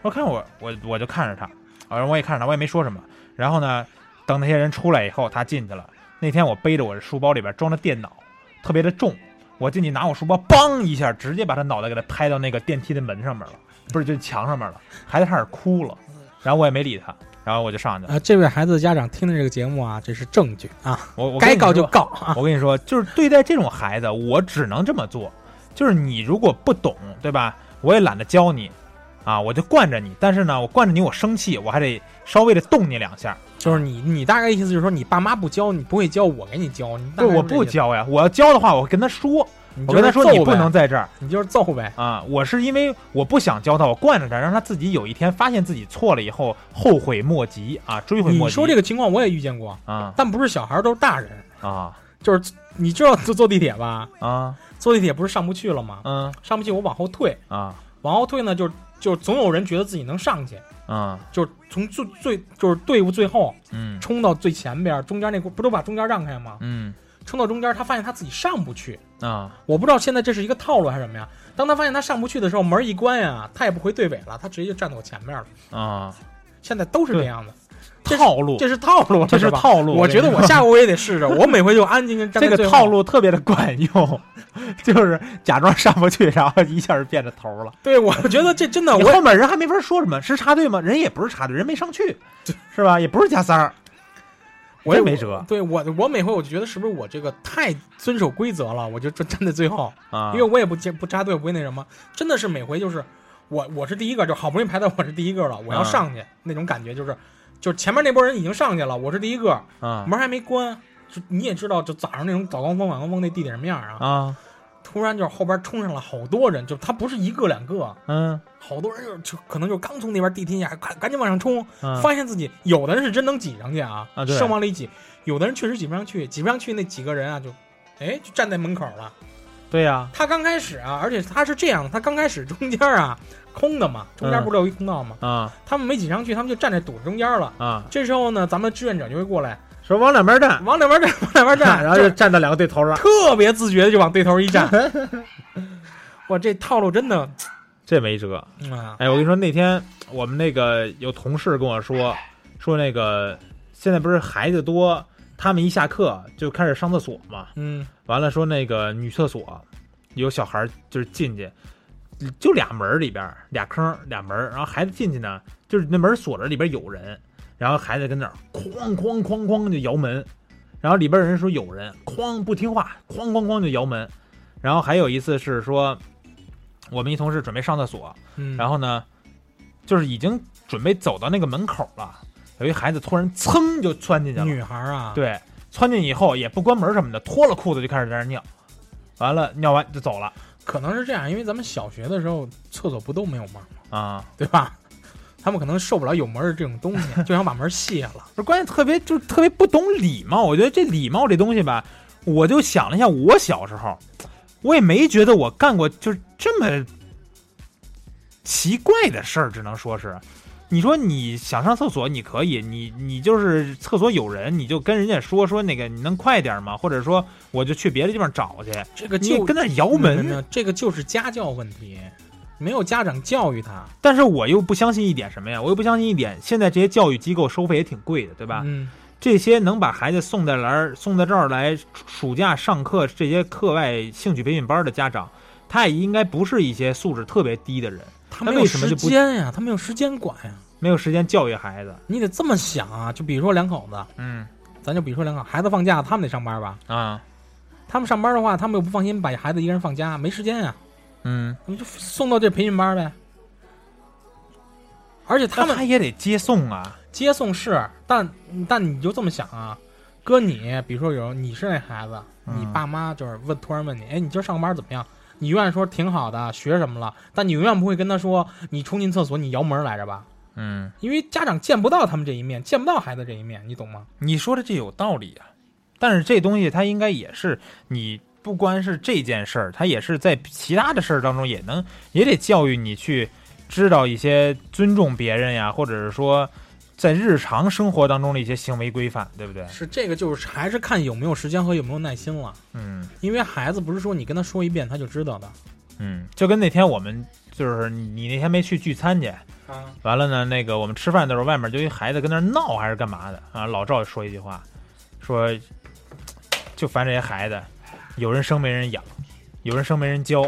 我看我我我就看着他，啊，我也看着他，我也没说什么。然后呢，等那些人出来以后，他进去了。那天我背着我的书包里边装着电脑，特别的重，我进去拿我书包，梆一下，直接把他脑袋给他拍到那个电梯的门上面了，不是，就是墙上面了。孩子差点哭了，然后我也没理他，然后我就上去了。啊，这位孩子的家长听着这个节目啊，这是证据啊，我我跟该你告就说告啊。 我跟你说，就是对待这种孩子，我只能这么做。就是你如果不懂，对吧？我也懒得教你，啊，我就惯着你。但是呢，我惯着你，我生气，我还得稍微的动你两下。就是你，你大概意思就是说，你爸妈不教，你不会教，我给你教。你大对，概我是这不意思，教呀，我要教的话，我跟他说，你我就跟他是说揍你不呗能，在这儿你就是揍呗。啊。我是因为我不想教他，我惯着他，让他自己有一天发现自己错了以后后悔莫及啊，追悔你莫及。说这个情况我也遇见过，啊但不是小孩儿，都是大人。啊就是你知道坐坐地铁吧？啊坐地铁不是上不去了吗？嗯上不去，我往后退，啊往后退呢，就就总有人觉得自己能上去，嗯就是从最最就是队伍最后嗯冲到最前边，中间那股不都把中间让开吗？嗯冲到中间，他发现他自己上不去。啊我不知道现在这是一个套路还是什么呀？当他发现他上不去的时候，门一关呀，他也不回队尾了，他直接就站到我前面了。啊，现在都是这样的，这是套路，这是套路，这是吧。套路。我觉得我下回我也得试试，我每回就安静跟站这在个最后套路特别的管用， 就是假装上不去，然后一下就变着头了。对我觉得这真的你我后面人还没法说什么，是插队吗？人也不是插队，人没上去，是吧？也不是加塞儿，我也真没辙对我我每回我就觉得是不是我这个太遵守规则了，我就站站在最后，啊因为我也不接不扎队，不会那什么，真的是每回就是我我是第一个，就好不容易排到我是第一个了，我要啊上去、那种感觉就是，就是前面那波人已经上去了，我是第一个，啊门还没关。就你也知道，就早上那种早高峰、晚高峰那地点什么样啊？啊突然就是后边冲上了好多人，就他不是一个两个，嗯好多人就就可能就刚从那边地铁下，赶赶紧往上冲，嗯发现自己有的人是真能挤上去啊，啊对生往里挤；有的人确实挤不上去，挤不上去那几个人啊，就，哎，就站在门口了。对呀他刚开始啊，而且他是这样的，他刚开始中间啊空的嘛，中间嗯不是有一空道吗？啊他们没挤上去，他们就站在堵中间了。啊，这时候呢，咱们志愿者就会过来，说往两边站，往两边站，往两边站， 然后就站到两个对头上，特别自觉的就往对头一 站。哇，这套路真的这没辙。嗯啊，哎，我跟你说，那天我们那个有同事跟我说，说那个现在不是孩子多，他们一下课就开始上厕所嘛，嗯，完了说那个女厕所有小孩儿就是进去，就俩门儿里边儿俩坑儿俩门儿，然后孩子进去呢，就是那门儿锁着，里边有人，然后孩子跟那儿哐哐哐哐就摇门，然后里边人说有人，哐不听话，哐哐哐就摇门，然后还有一次是说，我们一同事准备上厕所，嗯然后呢，就是已经准备走到那个门口了，有一孩子突然噌就窜进去了，女孩啊，，对，窜进以后也不关门什么的，脱了裤子就开始在那儿尿，完了尿完就走了可能是这样，因为咱们小学的时候厕所不都没有门吗？啊！对吧？ 他们可能受不了有门儿这种东西，就想把门儿卸了。不是，关键特别就是特别不懂礼貌。我觉得这礼貌这东西吧，我就想了一下，我小时候我也没觉得我干过就是这么奇怪的事儿，只能说是。你说你想上厕所，你可以，你你就是厕所有人，你就跟人家说说那个你能快点吗？或者说我就去别的地方找去，这个你就跟那儿摇没有没门有，这个就是家教问题，没有家长教育他，但是我又不相信一点什么呀？我又不相信一点，现在这些教育机构收费也挺贵的，对吧？嗯，这些能把孩子送到来儿送到这儿来，暑暑假上课这些课外兴趣培训班的家长，他也应该不是一些素质特别低的人，他那没有为什么时就不间呀，他没有时间管呀。没有时间教育孩子。你得这么想啊，就比如说两口子，嗯咱就比如说两口孩子放假，他们得上班吧？啊他们上班的话，他们又不放心把孩子一个人放家，没时间呀，嗯，你就送到这培训班呗。而且他他们们也得接送啊。接送是，但但你就这么想啊，哥你，比如说有你是那孩子，嗯你爸妈就是问突然问你，哎，你今儿上班怎么样？你永远说挺好的，学什么了？但你永远不会跟他说你冲进厕所你摇门来着吧？嗯，因为家长见不到他们这一面，见不到孩子这一面，你懂吗？你说的这有道理啊，但是这东西它应该也是你。不光是这件事儿，它也是在其他的事儿当中也能也得教育你去知道一些尊重别人呀，或者是说在日常生活当中的一些行为规范，对不对？是这个，就是还是看有没有时间和有没有耐心了。嗯因为孩子不是说你跟他说一遍他就知道的。嗯，就跟那天我们就是你你那天没去聚餐去，啊，完了呢，那个我们吃饭的时候，外面就一孩子跟那儿闹还是干嘛的啊？老赵说一句话，说就烦这些孩子，有人生没人养。有人生没人教，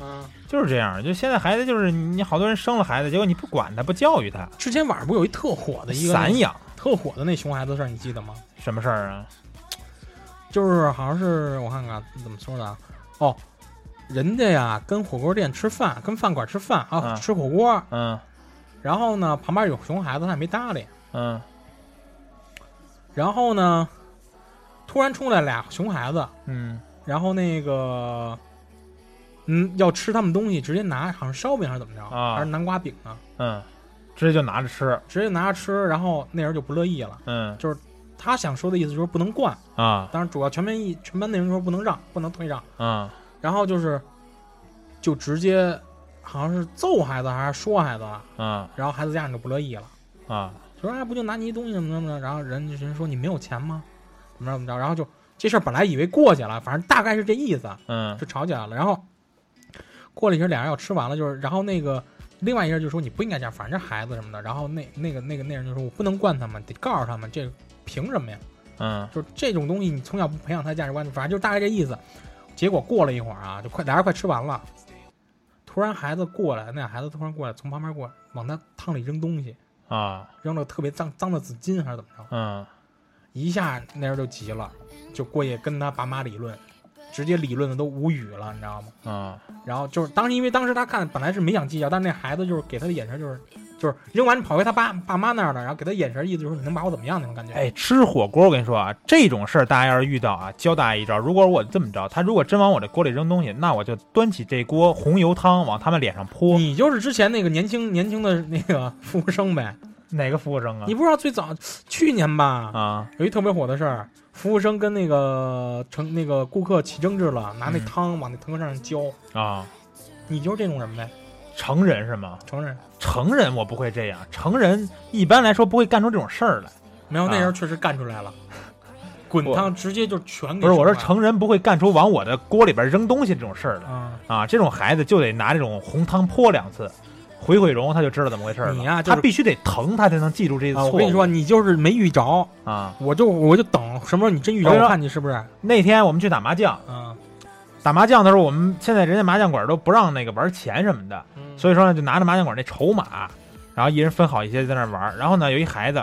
嗯，就是这样。就现在孩子就是你好多人生了孩子，结果你不管他，不教育他，之前网上不有一特火的一个散养特火的那熊孩子事儿，你记得吗？什么事儿啊？就是好像是我看看啊怎么说的啊，哦，人家呀跟火锅店吃饭，跟饭馆吃饭啊，嗯吃火锅，嗯然后呢旁边有熊孩子，他也没搭理，嗯然后呢突然出来俩熊孩子，嗯然后那个。嗯，要吃他们东西，直接拿，好像烧饼还是怎么着，啊还是南瓜饼啊，嗯，直接就拿着吃，直接拿着吃，然后那人就不乐意了。嗯他想说的意思就是不能惯，啊当然主要全班一全班那人说不能让，不能退让。啊然后就是就直接好像是揍孩子还是说孩子了，啊然后孩子家长就不乐意了，啊就说哎不就拿你一东西怎么怎么着，然后人人说你没有钱吗？怎么着怎么着，然后就这事儿本来以为过去了，反正大概是这意思，嗯就吵起来了。然后过了一阵儿，俩人要吃完了，就是然后那个。另外一个人就说你不应该这样，反正孩子什么的。然后那那个那个那人就说我不能惯他们，得告诉他们这凭什么呀？嗯就是这种东西，你从小不培养他的价值观，反正就大概这意思。结果过了一会儿啊，就快俩人快吃完了，突然孩子过来，那俩孩子突然过来，从旁边过来，往他汤里扔东西，啊扔了特别脏脏的纸巾还是怎么着，嗯一下那人就急了，就过去跟他爸妈理论，直接理论的都无语了，你知道吗？啊然后就是当时因为当时他看本来是没想计较，但是那孩子就是给他的眼神就是就是扔完跑回他爸爸妈那儿了，然后给他眼神意思就是你能把我怎么样那种感觉。哎，吃火锅，我跟你说啊，这种事儿大家要是遇到啊，教大家一招。如果我这么着，他如果真往我这锅里扔东西，那我就端起这锅红油汤往他们脸上泼。你就是之前那个年轻年轻的那个服务生呗？哪个服务生啊你？不知道最早去年吧，啊，有一特别火的事儿，服务生跟那个乘那个顾客起争执了，拿那嗯汤往那腾格上浇。啊，你就是这种人呗，成人是吗？承认成人我不会这样，成人一般来说不会干出这种事儿来。没有？那啊时候确实干出来 了，滚汤直接就全给不是，我说盛成人不会干出往我的锅里边扔东西这种事儿了来啊，啊。这种孩子就得拿这种红汤泼两次，回回容他就知道怎么回事了。你呀就是他必须得疼，他才能记住这次啊！错误。我跟你说，你就是没遇着，啊，我就我就等什么时候你真遇着，我跟你我说看你是不是那天我们去打麻将。啊？打麻将的时候，我们现在人家麻将馆都不让那个玩钱什么的，嗯所以说呢，就拿着麻将馆那筹码，然后一人分好一些在那玩。然后呢，有一孩子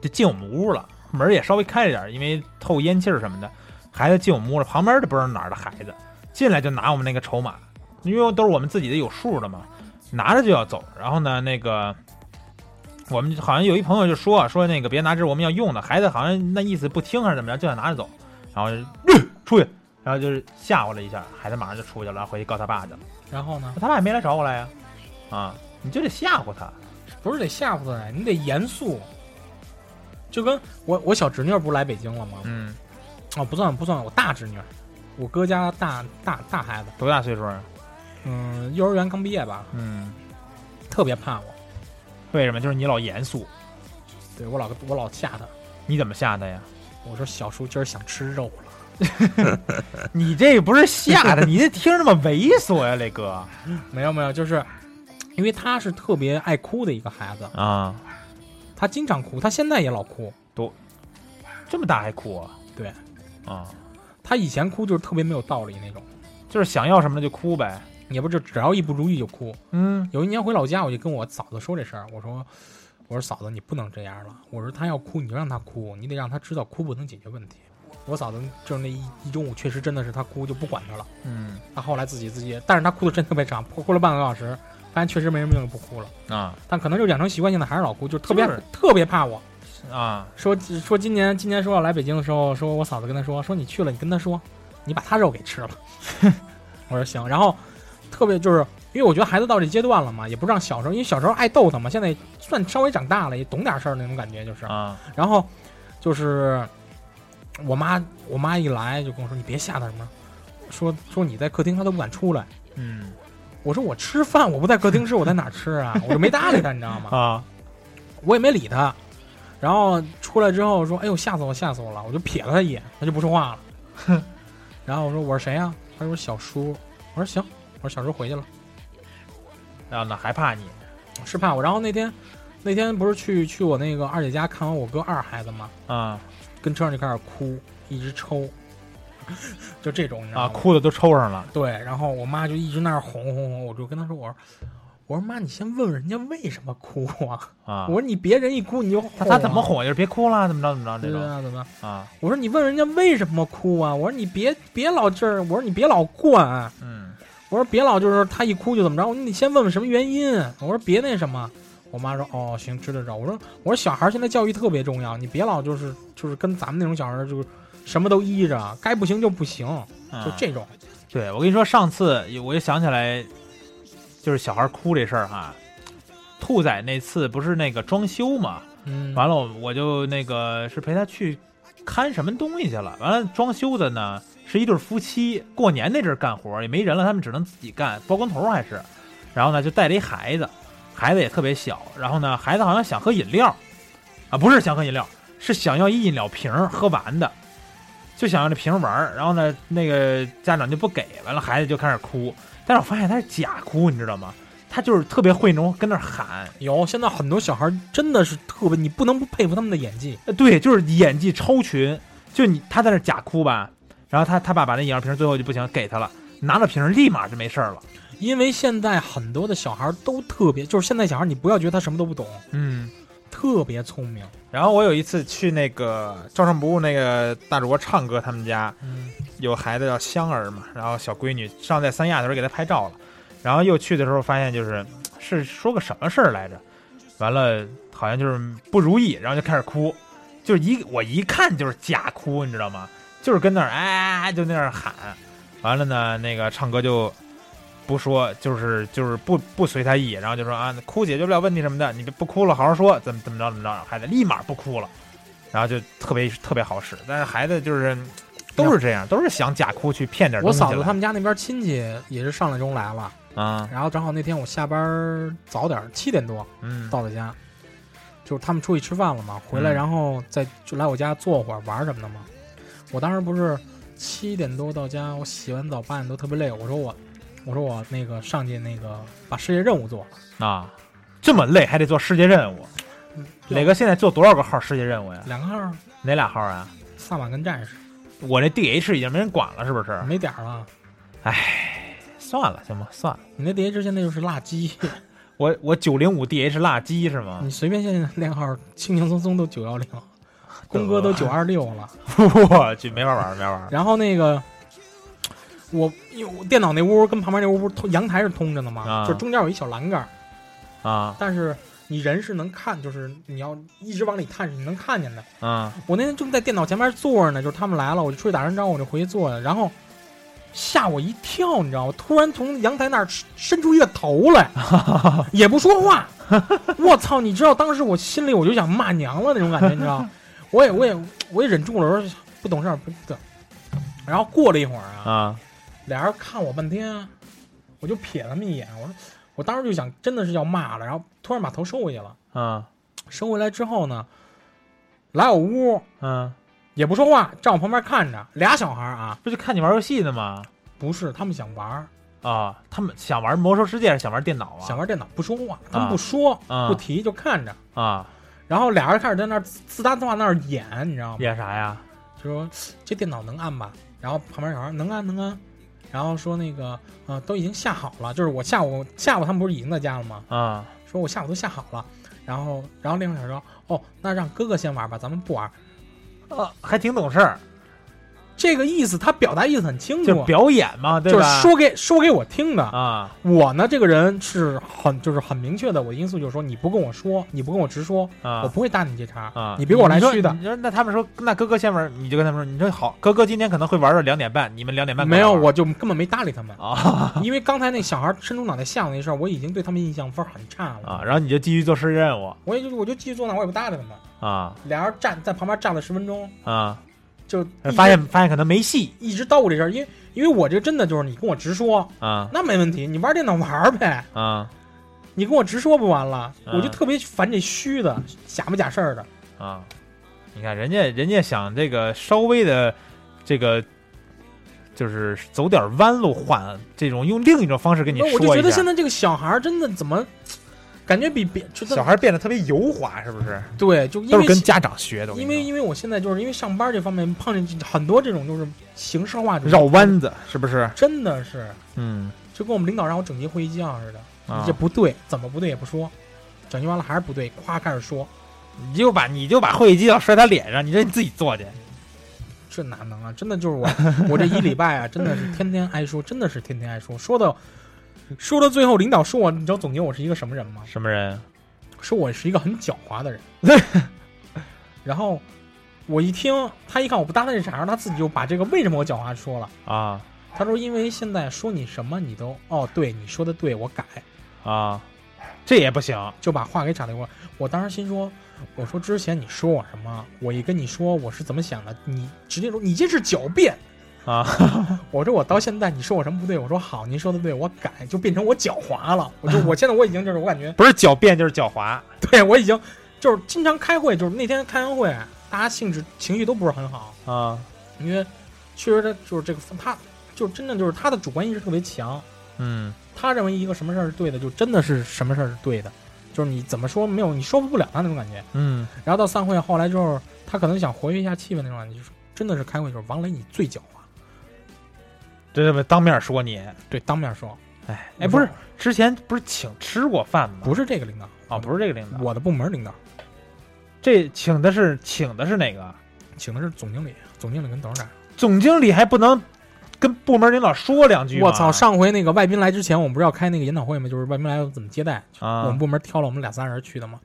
就进我们屋了，门儿也稍微开着点儿，因为透烟气儿什么的。孩子进我们屋了，旁边的不知道哪儿的孩子进来就拿我们那个筹码，因为都是我们自己的有数的嘛，拿着就要走。然后呢，那个我们好像有一朋友就说说那个别拿，这是我们要用的。孩子好像那意思不听还是怎么着，就想拿着走，然后就、呃出去。然后就是吓唬了一下，孩子马上就出去了，然后回去告他爸去了。然后呢，他爸也没来找我来呀、啊，你就得吓唬他。不是得吓唬他，你得严肃。就跟我我小侄女不是来北京了吗？嗯，哦，不算不算，我大侄女，我哥家大大大孩子，多大岁数啊？嗯，幼儿园刚毕业吧，嗯，特别怕我，为什么？就是你老严肃，对我老我老吓他，你怎么吓他 呀？我说小叔今儿想吃肉了，你这不是吓他，你这听着这么猥琐呀、磊哥没有没有，就是因为他是特别爱哭的一个孩子， 啊，他经常哭，他现在也老哭，这么大还哭啊？对，啊，他以前哭就是特别没有道理那种，就是想要什么就哭呗。也不是只要一不如意就哭。嗯有一年回老家，我就跟我嫂子说这事儿，我说。我说嫂子，你不能这样了。我说他要哭，你就让他哭，你得让他知道哭不能解决问题。我嫂子就是那一一中午，确实真的是他哭就不管他了。嗯他后来自己自己，但是他哭的真特别长，哭哭了半个小时，发现确实没什么用，不哭了。啊但可能就养成习惯性的，还是老哭，就特别、就是特别怕我。啊说说今年今年说要来北京的时候，说我嫂子跟他说，说你去了，你跟他说，你把他肉给吃了。 我说行，然后特别就是因为我觉得孩子到这阶段了嘛，也不让小时候，因为小时候爱逗他嘛，现在算稍微长大了，也懂点事儿那种感觉就是。啊然后就是我妈，我妈一来就跟我说：“你别吓他什么，说说你在客厅他都不敢出来。嗯”我说：“我吃饭，我不在客厅吃，我在哪儿吃 啊？”我就没搭理他，你知道吗？啊我也没理他。然后出来之后说：“哎呦，吓死我，吓死我了！”我就瞥了他一眼，他就不说话了。然后我说：“我是谁呀、他说：“小叔。”我说：“行。”我说：“小叔回去了，然后呢啊还怕你是怕我。”然后那天那天不是去去我那个二姐家看完我哥二孩子吗？啊跟车上就开始哭，一直抽，就这种你知道啊，吗哭的都抽上了。对，然后我妈就一直那儿哄哄哄，我就跟她说，我说我说妈，你先问问人家为什么哭啊？啊，我说你别人一哭你就哄、他啊，他怎么？哄就是别哭啦，怎么着怎么着对这种啊，怎么？啊，我说你问人家为什么哭啊？我说你别别老这儿，我说你别老惯、嗯，我说别老就是他一哭就怎么着，我说你先问问什么原因。我说别那什么。我妈说哦行知道知道。我说我说小孩现在教育特别重要，你别老就是就是跟咱们那种小孩就是什么都依着，该不行就不行，啊就这种。对，我跟你说，上次有我就想起来，就是小孩哭这事儿哈。兔仔那次不是那个装修嘛，嗯，完了我就那个是陪他去看什么东西去了。完了装修的呢是一对夫妻，过年那阵儿干活儿也没人了，他们只能自己干，包工头儿还是。然后呢就带了一孩子，孩子也特别小。然后呢孩子好像想喝饮料，啊不是想喝饮料，是想要一饮料瓶儿喝完的，就想要这瓶儿玩儿。然后呢那个家长就不给，完了孩子就开始哭。但是我发现他是假哭，你知道吗？他就是特别会那种跟那儿喊，有现在很多小孩真的是特别，你不能不佩服他们的演技。呃，对，就是演技超群，就你他在那假哭吧，然后他他爸把那饮料瓶最后就不行给他了，拿了瓶儿立马就没事儿了。因为现在很多的小孩都特别，就是现在小孩，你不要觉得他什么都不懂，嗯，特别聪明。然后我有一次去那个照常不误那个大主播唱歌他们家，嗯，有孩子叫香儿嘛，然后小闺女上在三亚的时候给她拍照了，然后又去的时候发现就是是说个什么事儿来着，完了好像就是不如意，然后就开始哭，就是一我一看就是假哭，你知道吗？就是跟那儿哎就那儿喊，完了呢那个唱歌就不说，就是就是不不随他意，然后就说啊哭解决不了问题什么的，你别不哭了，好好说怎么怎么着怎么着，孩子立马不哭了，然后就特别特别好使，但是孩子就是。都是这样，都是想假哭去骗点我东西嫂子来他们家那边亲戚也是上来中来了，啊，然后正好那天我下班早点儿，七点多嗯，到的家，就是他们出去吃饭了嘛，回来嗯然后再就来我家坐会儿玩儿什么的嘛。我当时不是七点多到家，我洗完澡八点多特别累，我说我我说我那个上去那个把世界任务做了，啊，这么累还得做世界任务，嗯磊哥现在做多少个号世界任务呀？两个号儿哪俩号啊？萨满跟战士我这 DH 已经没人管了，是不是？没点儿了。算了，行吧，算了。你那 DH 现在就是辣鸡，我我九零五 DH 辣鸡是吗 你？随便现在练号，轻轻松松都九幺零，工哥都九二六了。我去，没法玩，没法玩。然后那个我因为我电脑那屋跟旁边那屋不是通阳台是通着的嘛，啊就中间有一小栏杆，啊但是你人是能看，就是你要一直往里探是你能看见的。啊我那天正在电脑前面坐着呢，就是他们来了，我就出去打声招呼，我就回去坐着，然后。吓我一跳，你知道吗？突然从阳台那儿伸伸出一个头来，也不说话。我操！你知道当时我心里我就想骂娘了那种感觉，你知道吗？我也我也我也忍住了，我说不懂事儿不不懂。然后过了一会儿啊，啊！俩人看我半天，啊我就瞥他们一眼，我说我当时就想真的是要骂了，然后突然把头收回去了。嗯收回来之后呢，来我屋嗯，也不说话，站我旁边看着，俩小孩啊，不就看你玩游戏呢吗？不是他们想玩儿，啊，他们想玩魔兽世界还是想玩电脑啊？想玩电脑，不说话，他啊们不说、啊不提，就看着。啊，然后俩人开始在那儿自自搭自话那儿演，你知道吗？演啥呀？就说这电脑能按吧？然后旁边小孩能按能按，然后说那个呃都已经下好了，就是我下午下午他们不是已经在家了吗？啊说我下午都下好了，然后然后另外小说哦，那让哥哥先玩吧，咱们不玩。呃啊，还挺懂事儿，这个意思他表达意思很清就是楚，表演嘛，对就是吧？说给说给我听的。啊我呢这个人是很就是很明确的，我的因素就是说你不跟我说，你不跟我直说，啊我，不会搭你这茬，啊，你别给我来说虚的。你说那他们说，那哥哥先玩，你就跟他们说，你说好，哥哥今天可能会玩到两点半，你们两点半过没来有，玩我就根本没搭理他们，啊因为刚才那小孩伸出脑袋吓我那事儿，我已经对他们印象分儿很差了。啊，然后你就继续做世界任务我也就我就继续坐那，我也不搭理他们。啊俩人站在旁边站了十分钟，啊，就一直发现发现可能没戏一直叨咕这事儿，因为因为我这真的就是你跟我直说，啊那没问题，你玩电脑玩儿呗，啊你跟我直说不完了，啊嗯我就特别烦这虚的假不假事儿的。啊！你看人家人家想这个稍微的这个。就是走点弯路，缓这种用另一种方式跟你那我就说觉一得现下在这个小孩儿真的怎么感觉比别就小孩变得特别油滑，是不是？对，就因都为是跟家长学的，我跟因你为因为我现在就是因为上班这方面碰见很多这种就是形式化这说种绕，弯子，是不是？真的是嗯，就跟我们领导让我整洁回一觉似的，啊你这不对，怎么不对也不说，整洁完了还是不对，夸开始说，你就把你就把会议纪要摔他脸上，你这你自己做去。这哪能啊？真的就是我我这一礼拜啊，真的是天天挨说，真的是天天挨说，说到说到最后，领导说我，你知道总结我是一个什么人吗？什么人？说我是一个很狡猾的人。然后我一听，他一看我不搭他这茬儿，他自己就把这个为什么我狡猾说了。啊他说：“因为现在说你什么你都哦，对你说的对，我改，啊，这也不行就把话给岔开过来。”我当时心说：“我说之前你说我什么？我一跟你说我是怎么想的，你直接说你这是狡辩。啊！ 我说我到现在你说我什么不对？我说好，您说的对，我改，就变成我狡猾了。我就我现在我已经就是我感觉不是狡辩就是狡猾。 对我已经就是经常开会，就是那天开完会，大家性质情绪都不是很好，啊，因为确实他就是这个他就是真的就是他的主观意识特别强。”嗯他认为一个什么事儿是对的，就真的是什么事儿是对的，就是你怎么说没有，你说服不了他那种感觉。嗯，然后到散会后来之后，他可能想活跃一下气氛那种感觉，就是真的是开会的时候，王雷你最狡猾，这这么当面说你，对，当面说，哎哎，不是之前不是请吃过饭吗？不是这个领导啊，不是这个领导，我的部门领导，这请的是请的是哪个？请的是总经理，总经理跟董事长。总经理还不能跟部门领导说两句吗？我操，上回那个外宾来之前，我们不是要开那个研讨会吗？就是外宾来怎么接待，我啊们部门挑了我们俩仨人去的嘛。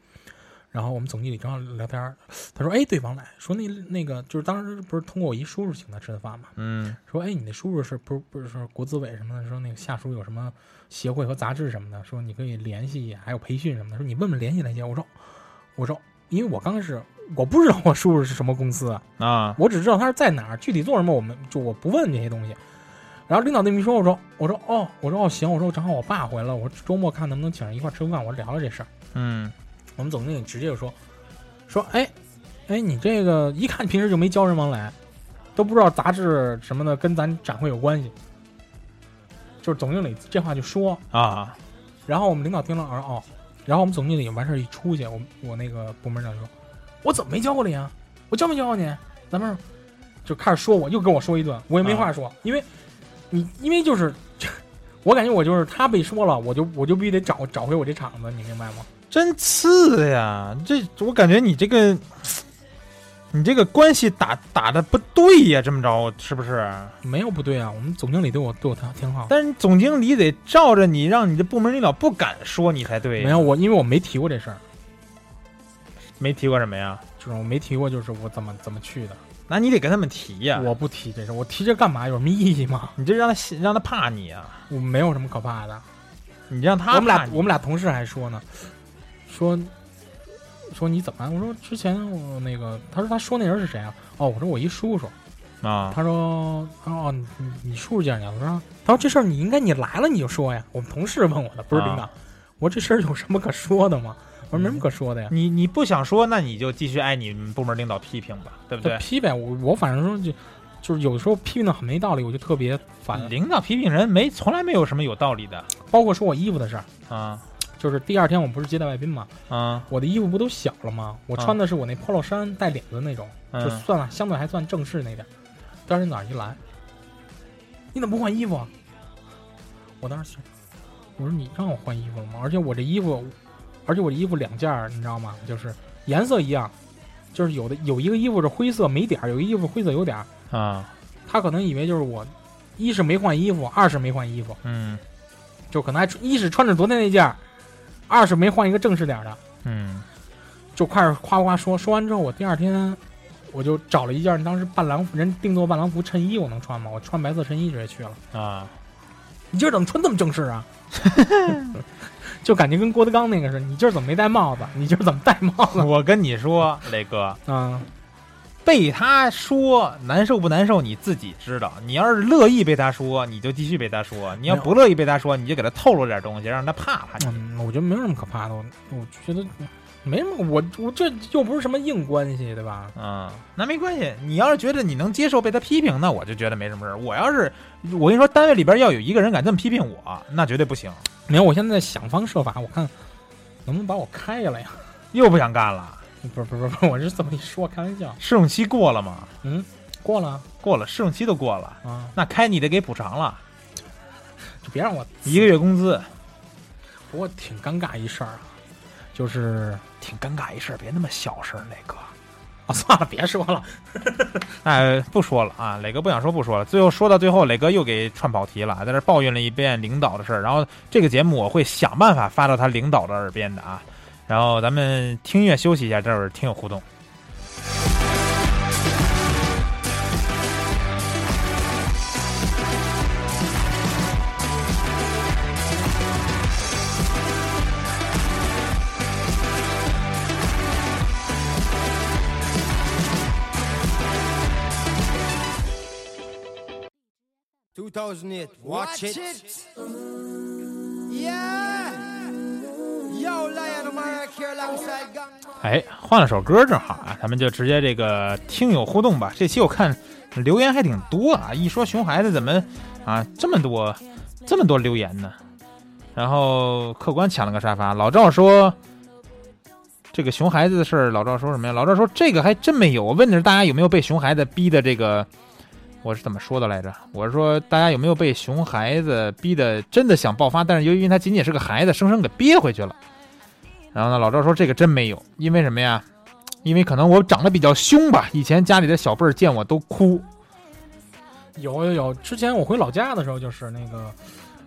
然后我们总经理正好聊天儿，他说：“哎，对，王磊说那那个就是当时不是通过我一叔叔请他吃的饭吗？嗯说，哎，你那叔叔是不是不是说国资委什么的？说那个下属有什么协会和杂志什么的？说你可以联系，还有培训什么的。说你问问联系联系。我说，我说，因为我刚开始我不知道我叔叔是什么公司，啊，啊我只知道他是在哪儿，具体做什么，我们就我不问这些东西。然后领导那么一说，我说，我说哦，我说哦行，我说正好我爸回来了，我说周末看能不能请人一块儿吃个饭，我聊聊这事儿。嗯我们总经理直接就说，说哎，哎，你这个一看平时就没教人往来，都不知道杂志什么的跟咱展会有关系。就是总经理这话就说，啊然后我们领导听了，我说哦，然后我们总经理完事儿一出去，我们我那个部门长就说，我怎么没教过你啊？我教没教过你？啊咱们就开始说我，又跟我说一顿，我也没话说，因为你因为就是， 我感觉我就是他被说了，我就我就必须得找找回我这场子，你明白吗？真次呀！这我感觉你这个，你这个关系打打的不对呀，这么着是不是？没有不对啊，我们总经理对我对我挺挺好。但是总经理得照着你，让你的部门领导不敢说你才对。没有我，因为我没提过这事儿，没提过什么呀？就是我没提过，就是我怎么怎么去的，那你得跟他们提呀，我不提这事儿，我提这干嘛？有什么意义吗？ 你这让他信让他怕你啊，我没有什么可怕的。你让我他们怕俩你我们俩同事还说呢，说说你怎么了？我说之前我那个，他说他说那人是谁啊？哦，我说我一叔叔。啊他说他说哦，你你你叔叔见你了？我说他说这事儿你应该你来了你就说呀。我们同事问我的，不是领导。啊我说这事儿有什么可说的吗？我说没什么可说的呀。你你不想说，那你就继续挨你们部门领导批评吧，对不就对？批呗，我我反正说就就是有时候批评的很没道理，我就特别烦。领导批评人没从来没有什么有道理的包括说我衣服的事儿，啊就是第二天我不是接待外宾嘛，啊我的衣服不都小了吗？我穿的是我那 polo 衫带领子那种，就嗯算了，相对还算正式那点儿。第二天早上一来，你怎么不换衣服啊？我当时想，我说你让我换衣服了吗？而且我这衣服，而且我这衣服两件儿，你知道吗？就是颜色一样，就是有的有一个衣服是灰色没点儿，有一个衣服灰色有点儿。啊他可能以为就是我，一是没换衣服，二是没换衣服，嗯就可能还一是穿着昨天那件儿，二是没换一个正式点儿的，嗯就开始夸夸说。说完之后，我第二天我就找了一件当时伴郎人定做伴郎服衬衣，我能穿吗？我穿白色衬衣直接去了。啊你今儿怎么穿这么正式啊？ 就感觉跟郭德纲那个似的，你今儿怎么没戴帽子？你今儿怎么戴帽子？ 我跟你说，磊哥，嗯，被他说难受不难受，你自己知道。你要是乐意被他说，你就继续被他说；你要没有不乐意被他说，你就给他透露点东西，让他怕怕你。嗯，我觉得没有什么可怕的，我我觉得没什么，我我这又不是什么硬关系，对吧？嗯，那没关系。你要是觉得你能接受被他批评，那我就觉得没什么事儿。我要是我跟你说，单位里边要有一个人敢这么批评我，那绝对不行。没有，我现在想方设法，我看能不能把我开下来呀？ 又不想干了。不是不是不是，我是这么一说，开玩笑。试用期过了吗？过了过了，试用期都过了，啊，那开你得给补偿了，就别让我一个月工资，不过挺尴尬一事儿啊，就是挺尴尬一事儿，别那么小声，磊哥。啊， 算了，别说了。哎，不说了啊，磊哥不想说，不说了。最后说到最后，磊哥又给串跑题了，在这抱怨了一遍领导的事儿。然后这个节目我会想办法发到他领导的耳边的啊。然后咱们听音乐休息一下，这会儿听友互动。 2008. Watch, it. Yeah. Yo, Lion America here alongside Gang. 哎，换了首歌正好啊，咱们就直接这个听友互动吧。这期我看留言还挺多啊，一说熊孩子怎么啊这么多这么多留言呢？然后客官抢了个沙发，老赵说这个熊孩子的事儿，老赵说什么呀？老赵说这个还真没有，我问的是大家有没有被熊孩子逼的这个。 我是怎么说的来着？我是说，大家有没有被熊孩子逼的真的想爆发，但是由于他仅仅是个孩子，生生给憋回去了。然后呢，老赵说这个真没有，因为什么呀？因为可能我长得比较凶吧，以前家里的小辈儿见我都哭。有有有，之前我回老家的时候，就是那个，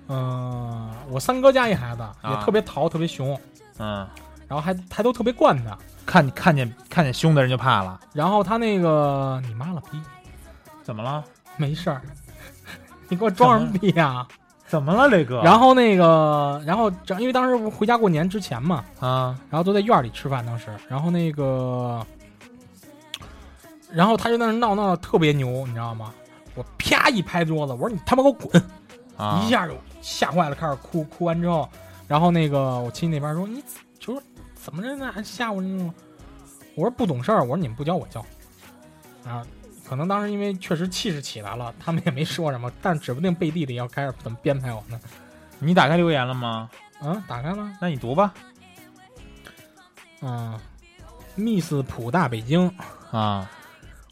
嗯、我三哥家一孩子也啊特别淘，特别熊，嗯，然后还还都特别惯他。看看见看见凶的人就怕了。然后他那个你妈了逼，怎么了？没事儿， 你给我装什么逼呀、怎么了，磊哥然然后后那个，然后因为当时不是回家过年之前嘛，啊，然后都在院里吃饭，当时，然后那个，然后他就在那闹闹得特别牛，你知道吗？我啪一拍桌子，我说你他妈给我滚！啊一下就吓坏了，开始哭，哭完之后，然后那个我亲戚那边说你就说怎么着呢还吓唬那种，我说不懂事儿，我说你们不教我教，啊，可能当时因为确实气势起来了，他们也没说什么，但指不定背地里要开始怎么编排我呢。你打开留言了吗？啊，打开了，那你读吧。啊，Miss 普大北京，啊，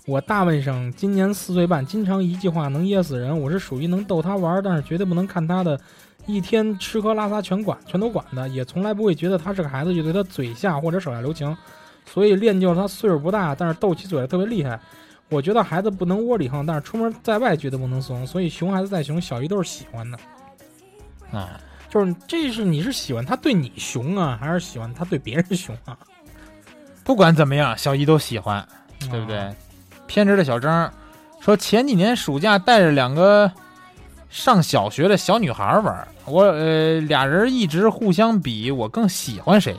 我大外甥今年四岁半，经常一句话能噎死人。我是属于能逗他玩儿，但是绝对不能看他的，一天吃喝拉撒全管，全都管的，也从来不会觉得他是个孩子就对他嘴下或者手下留情。所以练就了他岁数不大，但是斗起嘴来特别厉害。我觉得孩子不能窝里横，但是出门在外绝对不能怂。所以熊孩子再熊，小姨都是喜欢的。啊，就是这是你是喜欢他对你熊啊，还是喜欢他对别人熊啊？不管怎么样，小姨都喜欢。对不啊对？偏执的小张说，前几年暑假带着两个上小学的小女孩玩儿，我呃俩人一直互相比我更喜欢谁。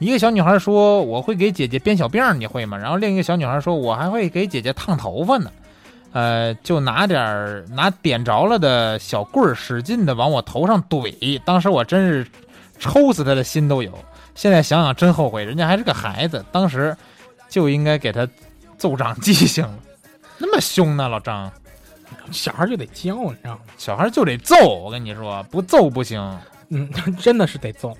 一个小女孩说我会给姐姐编小辫儿，你会吗？然后另一个小女孩说我还会给姐姐烫头发呢。呃，就拿点儿拿点着了的小棍儿，使劲的往我头上怼。当时我真是抽死他的心都有。现在想想真后悔，人家还是个孩子，当时就应该给他揍长记性了， 那么凶呢，老张，小孩就得教，你知道吗？小孩就得揍，我跟你说，不揍不行。嗯， 真的是得揍。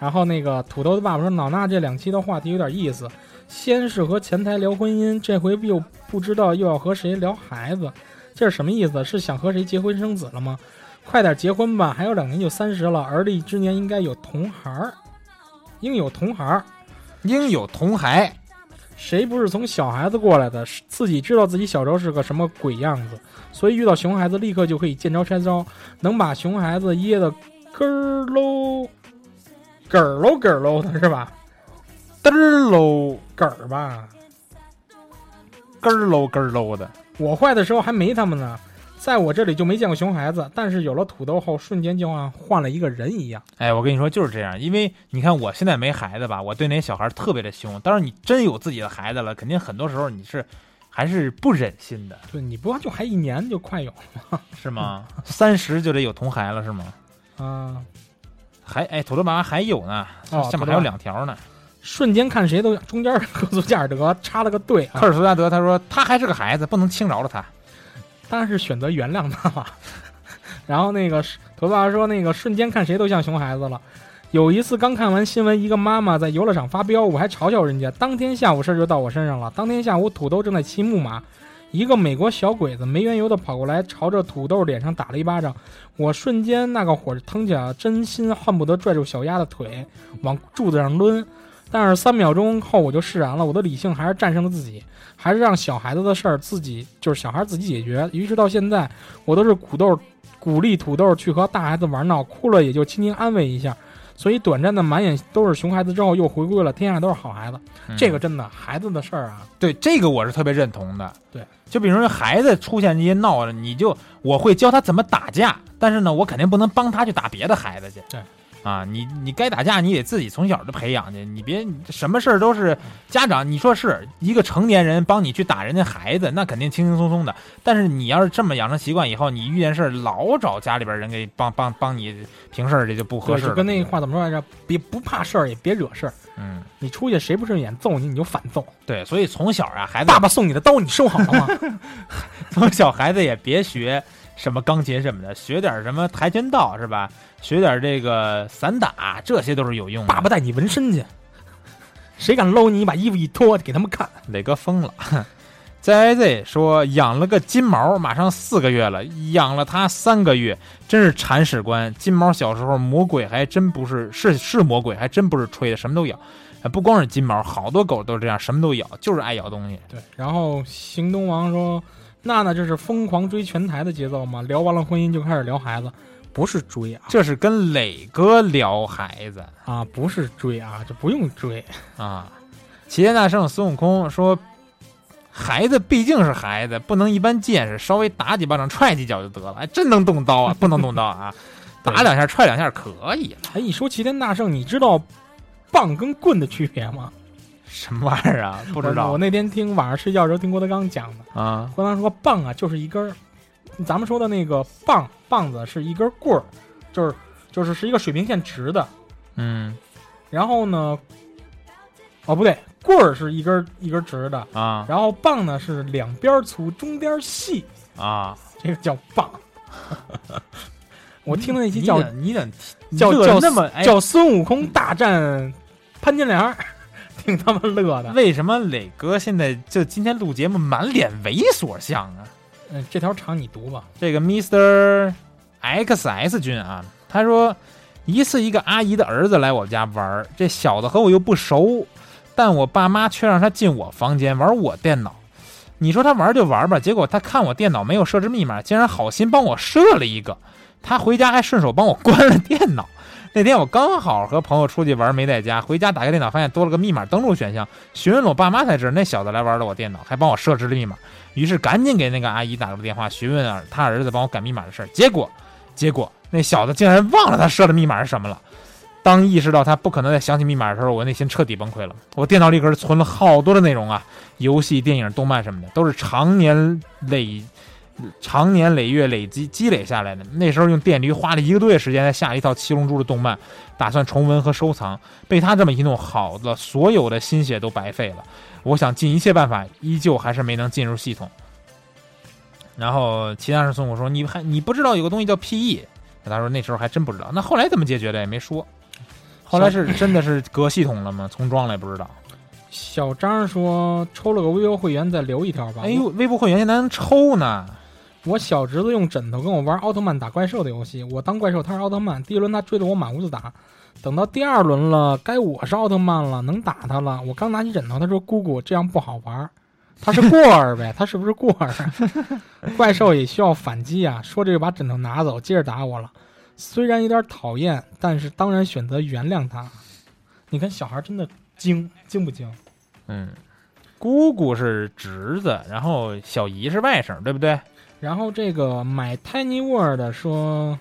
然后那个土豆的爸爸说：“老衲这两期的话题有点意思，先是和前台聊婚姻，这回又不知道又要和谁聊孩子，这是什么意思？是想和谁结婚生子了吗？快点结婚吧，还有两年就三十了，而立之年应该有同孩儿，应有同孩儿。应有同孩，谁不是从小孩子过来的？是自己知道自己小时候是个什么鬼样子，所以遇到熊孩子立刻就可以见招拆招，能把熊孩子噎得咯儿喽，咯儿喽咯儿喽的是吧？嘚儿喽，咯儿吧，咯儿喽咯儿喽的。我坏的时候还没他们呢，在我这里就没见过熊孩子，但是有了土豆后，瞬间就像换了一个人一样。哎，我跟你说就是这样，因为你看我现在没孩子吧，我对那些小孩特别的凶。但是你真有自己的孩子了，肯定很多时候你是还是不忍心的，对，你不就还一年就快有是吗？三十就得有同孩了，是吗？啊、还哎，土豆妈妈还有呢，哦下面土豆还有两条呢。瞬间看谁都中间 合作加尔德插了个队啊科，尔苏加德他说他还是个孩子，不能轻饶了他。当然是选择 原谅他了。然后那个头发说，那个瞬间看谁都像熊孩子了，有一次刚看完新闻，一个妈妈在游乐场发飙，我还嘲笑人家。当天下午事儿就到我身上了。当天下午，土豆正在骑木马，一个美国小鬼子没缘由的跑过来，朝着土豆脸上打了一巴掌。我瞬间那个火腾起来了，真心恨不得拽住小丫的腿往柱子上抡。但是三秒钟后我就释然了，我的理性还是战胜了自己，还是让小孩子的事儿自己就是小孩自己解决。于是到现在，我都是鼓豆鼓励土豆去和大孩子玩闹，哭了也就轻轻安慰一下。所以短暂的满眼都是熊孩子之后，又回归了天下都是好孩子。嗯这个真的，孩子的事儿啊，对这个我是特别认同的。对，就比如说孩子出现这些闹的，你就我会教他怎么打架，但是呢，我肯定不能帮他去打别的孩子去。对。啊，你你该打架，你得自己从小就培养去，你别什么事儿都是家长。你说是一个成年人帮你去打人家孩子，那肯定轻轻松松的。但是你要是这么养成习惯以后，你遇见事儿老找家里边人给帮帮帮你平事儿，这就不合对，适嗯就了。跟那话怎么说来着？别不怕事儿，也别惹事儿。嗯，你出去谁不顺眼揍你，你就反揍。对，所以从小啊，孩子爸爸送你的刀，你收好了 吗？从小孩子也别学什么钢琴什么的，学点什么跆拳道是吧？学点这个散打，这些都是有用的。爸爸带你纹身去，谁敢搂你，把衣服一脱给他们看。磊哥疯了。ZIZ 说养了个金毛，马上四个月了，养了它三个月，真是铲屎官。金毛小时候魔鬼还真不是，是是魔鬼还真不是吹的，什么都咬。呃不光是金毛，好多狗都是这样，什么都咬，就是爱咬东西。对，然后行东王说：“娜娜这是疯狂追全台的节奏吗？聊完了婚姻就开始聊孩子，不是追啊这是跟磊哥聊孩子，啊，不是追啊，这不用追。啊，齐天大圣孙悟空说：“孩子毕竟是孩子，不能一般见识，稍微打几巴掌、踹几脚就得了。哎，真能动刀啊，不能动刀啊，打两下、踹两下可以了。哎，你说齐天大圣，你知道棒跟棍的区别吗？什么玩意儿啊？不知我我道那天听晚上睡觉时候听郭德纲讲的，啊郭德纲说棒啊就是一根儿，咱们说的那个棒棒子是一根棍儿，就是就是是一个水平线直的。嗯然后呢，哦不对，棍儿是一根儿一根儿直的，啊然后棒呢是两边儿粗中边儿细，啊！这个叫棒。 我听的那期你叫怎你怎叫乐叫那么哎叫孙悟空大战潘金莲儿， 挺他妈乐的。为什么磊哥现在就今天录节目满脸猥琐相啊？嗯，这条肠你读吧。这个 Mr. XS 君啊，他说一次一个阿姨的儿子来我家玩儿，这小子和我又不熟，但我爸妈却让他进我房间玩我电脑。你说他玩就玩吧，结果他看我电脑没有设置密码，竟然好心帮我设了一个。他回家还顺手帮我关了电脑。那天我刚好和朋友出去玩没在家，回家打开电脑发现多了个密码登录选项，询问了我爸妈才知道那小子来玩了我电脑，还帮我设置了密码。于是赶紧给那个阿姨打了个电话，询问啊他儿子帮我改密码的事儿。结果，结果那小子竟然忘了他设的密码是什么了。当意识到他不可能再想起密码的时候，我内心彻底崩溃了。我电脑里可是存了好多的内容啊，游戏、电影、动漫什么的，都是常年累、常年累月累积积累下来的。那时候用电驴花了一个多月时间才下一套《七龙珠》的动漫，打算重温和收藏。被他这么一弄，好了，所有的心血都白费了。我想尽一切办法，依旧还是没能进入系统。然后其他人送我说：“你还你不知道有个东西叫 PE？” 他说：“那时候还真不知道。”那后来怎么解决的也没说。后来是真的是隔系统了吗？重装了也不知道。小张说抽了个微博会员，再留一条吧。哎呦，微博会员现在能抽呢！我小侄子用枕头跟我玩奥特曼打怪兽的游戏，我当怪兽，他是奥特曼。第一轮他追得我满屋子打，等到第二轮了，该我是奥特曼了，能打他了。我刚拿起枕头，他说：“姑姑，这样不好玩儿。”他是过儿呗，他是不是过儿啊？ 怪兽也需要反击啊！说着就把枕头拿走，接着打我了。虽然有点讨厌，但是当然选择原谅他。你看小孩真的精精不精？嗯，姑姑是侄子，然后小姨是外甥，对不对？然后这个买 Tiny World 说，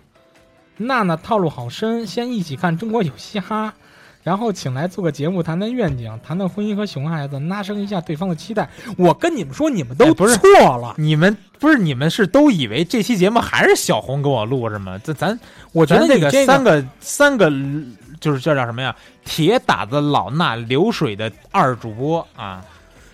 娜娜套路好深，先一起看《中国有嘻哈》， 然后请来做个节目，谈谈愿景，谈谈婚姻和熊孩子，拉升一下对方的期待。我跟你们说，你们都哎不是错了。你们不是你们是都以为这期节目还是小红给我录是吗？这咱我觉得咱你这个三个三个就是这叫什么呀？铁打的老衲流水的二主播啊，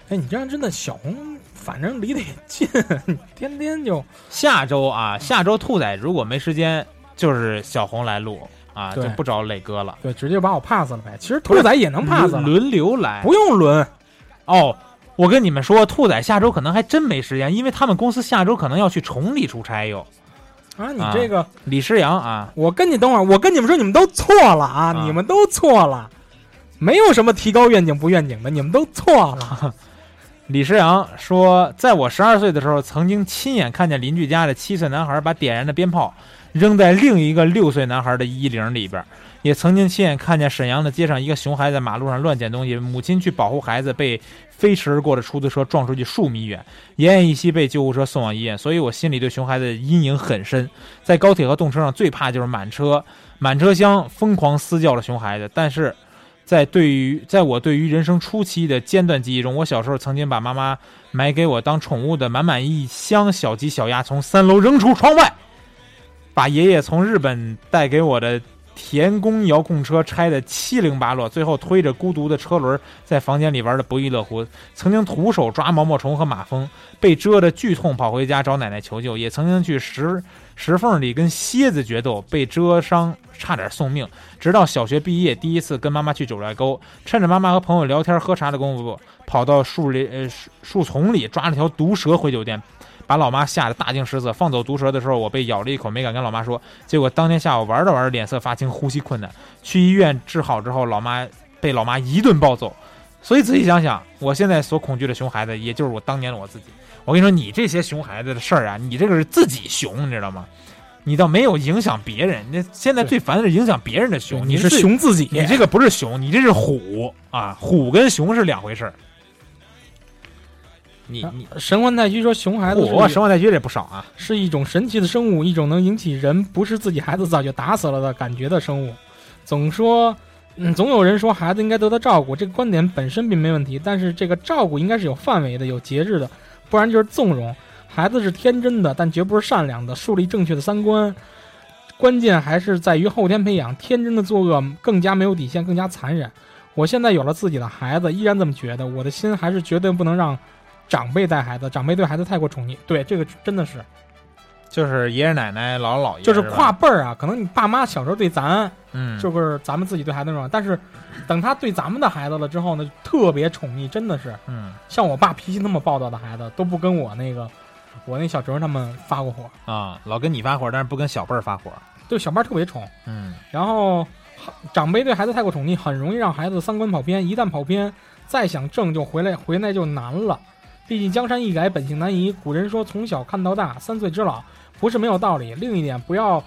哎，你这样真的小红，反正离得也近， 天天就下周啊，下周兔仔如果没时间，就是小红来录啊，对就不找磊哥了，对，直接把我 pass 了呗。其实兔仔也能 pass 轮了，轮流来。不用轮。哦，我跟你们说，兔仔下周可能还真没时间，因为他们公司下周可能要去崇礼出差哟。啊，你啊这个，李诗阳啊，我跟你等会儿，我跟你们说，你们都错了啊，啊你们都错了，没有什么提高愿景不愿景的，你们都错了。李诗阳说，在我十二岁的时候，曾经亲眼看见邻居家的七岁男孩把点燃的鞭炮扔在另一个六岁男孩的衣领里边儿，也曾经亲眼看见沈阳的街上一个熊孩子在马路上乱捡东西，母亲去保护孩子被飞驰而过的出租车撞出去数米远，奄奄一息被救护车送往医院。所以我心里对熊孩子的阴影很深。在高铁和动车上，最怕就是满车满车厢疯狂撕叫的熊孩子，但是。在对于在我对于人生初期的间断记忆中，我小时候曾经把妈妈买给我当宠物的满满一箱小鸡小鸭从三楼扔出窗外，把爷爷从日本带给我的田宫遥控车拆得七零八落，最后推着孤独的车轮在房间里玩的不亦乐乎。曾经徒手抓毛毛虫和马蜂，被蛰得剧痛，跑回家找奶奶求救。也曾经去石石缝里跟蝎子决斗，被蛰伤，差点送命。直到小学毕业，第一次跟妈妈去九寨沟，趁着妈妈和朋友聊天喝茶的功夫，跑到树林呃树树丛里抓了条毒蛇回酒店，把老妈吓得大惊失色。放走毒蛇的时候，我被咬了一口，没敢跟老妈说。结果当天下午玩着玩着脸色发青，呼吸困难，去医院治好之后，老妈被老妈一顿暴揍。所以仔细想想，我现在所恐惧的熊孩子，也就是我当年的我自己。我跟你说，你这些熊孩子的事儿啊，你这个是自己熊，你知道吗？你倒没有影响别人。那现在对最烦的是影响别人的熊，你是是最熊自己，你这个不是熊，你这是虎啊！虎跟熊是两回事儿。你你啊神幻太虚说熊孩子是虎一生化太虚这不少啊！是一种神奇的生物，一种能引起人不是自己孩子早就打死了的感觉的生物。总说，嗯，总有人说孩子应该得到照顾，这个观点本身并没问题，但是这个照顾应该是有范围的、有节制的，不然就是纵容。孩子是天真的，但绝不是善良的。树立正确的三观，关键还是在于后天培养。天真的作恶更加没有底线，更加残忍。我现在有了自己的孩子，依然这么觉得。我的心还是绝对不能让长辈带孩子，长辈对孩子太过宠溺。对，这个真的是。就是爷爷奶奶、姥姥姥爷，就是吧跨辈儿啊，可能你爸妈小时候对咱，嗯，就是咱们自己对孩子那种，但是等他对咱们的孩子了之后呢，特别宠溺，真的是嗯像我爸脾气那么暴躁的孩子，都不跟我那个我那小侄儿他们发过火，啊，老跟你发火，但是不跟小辈儿发火。对小班特别宠。嗯，然后长辈对孩子太过宠溺，很容易让孩子三观跑偏，一旦跑偏，再想正就回来回来就难了。毕竟江山易改，本性难移。古人说从小看到大，三岁之老，不是没有道理。另一点，不要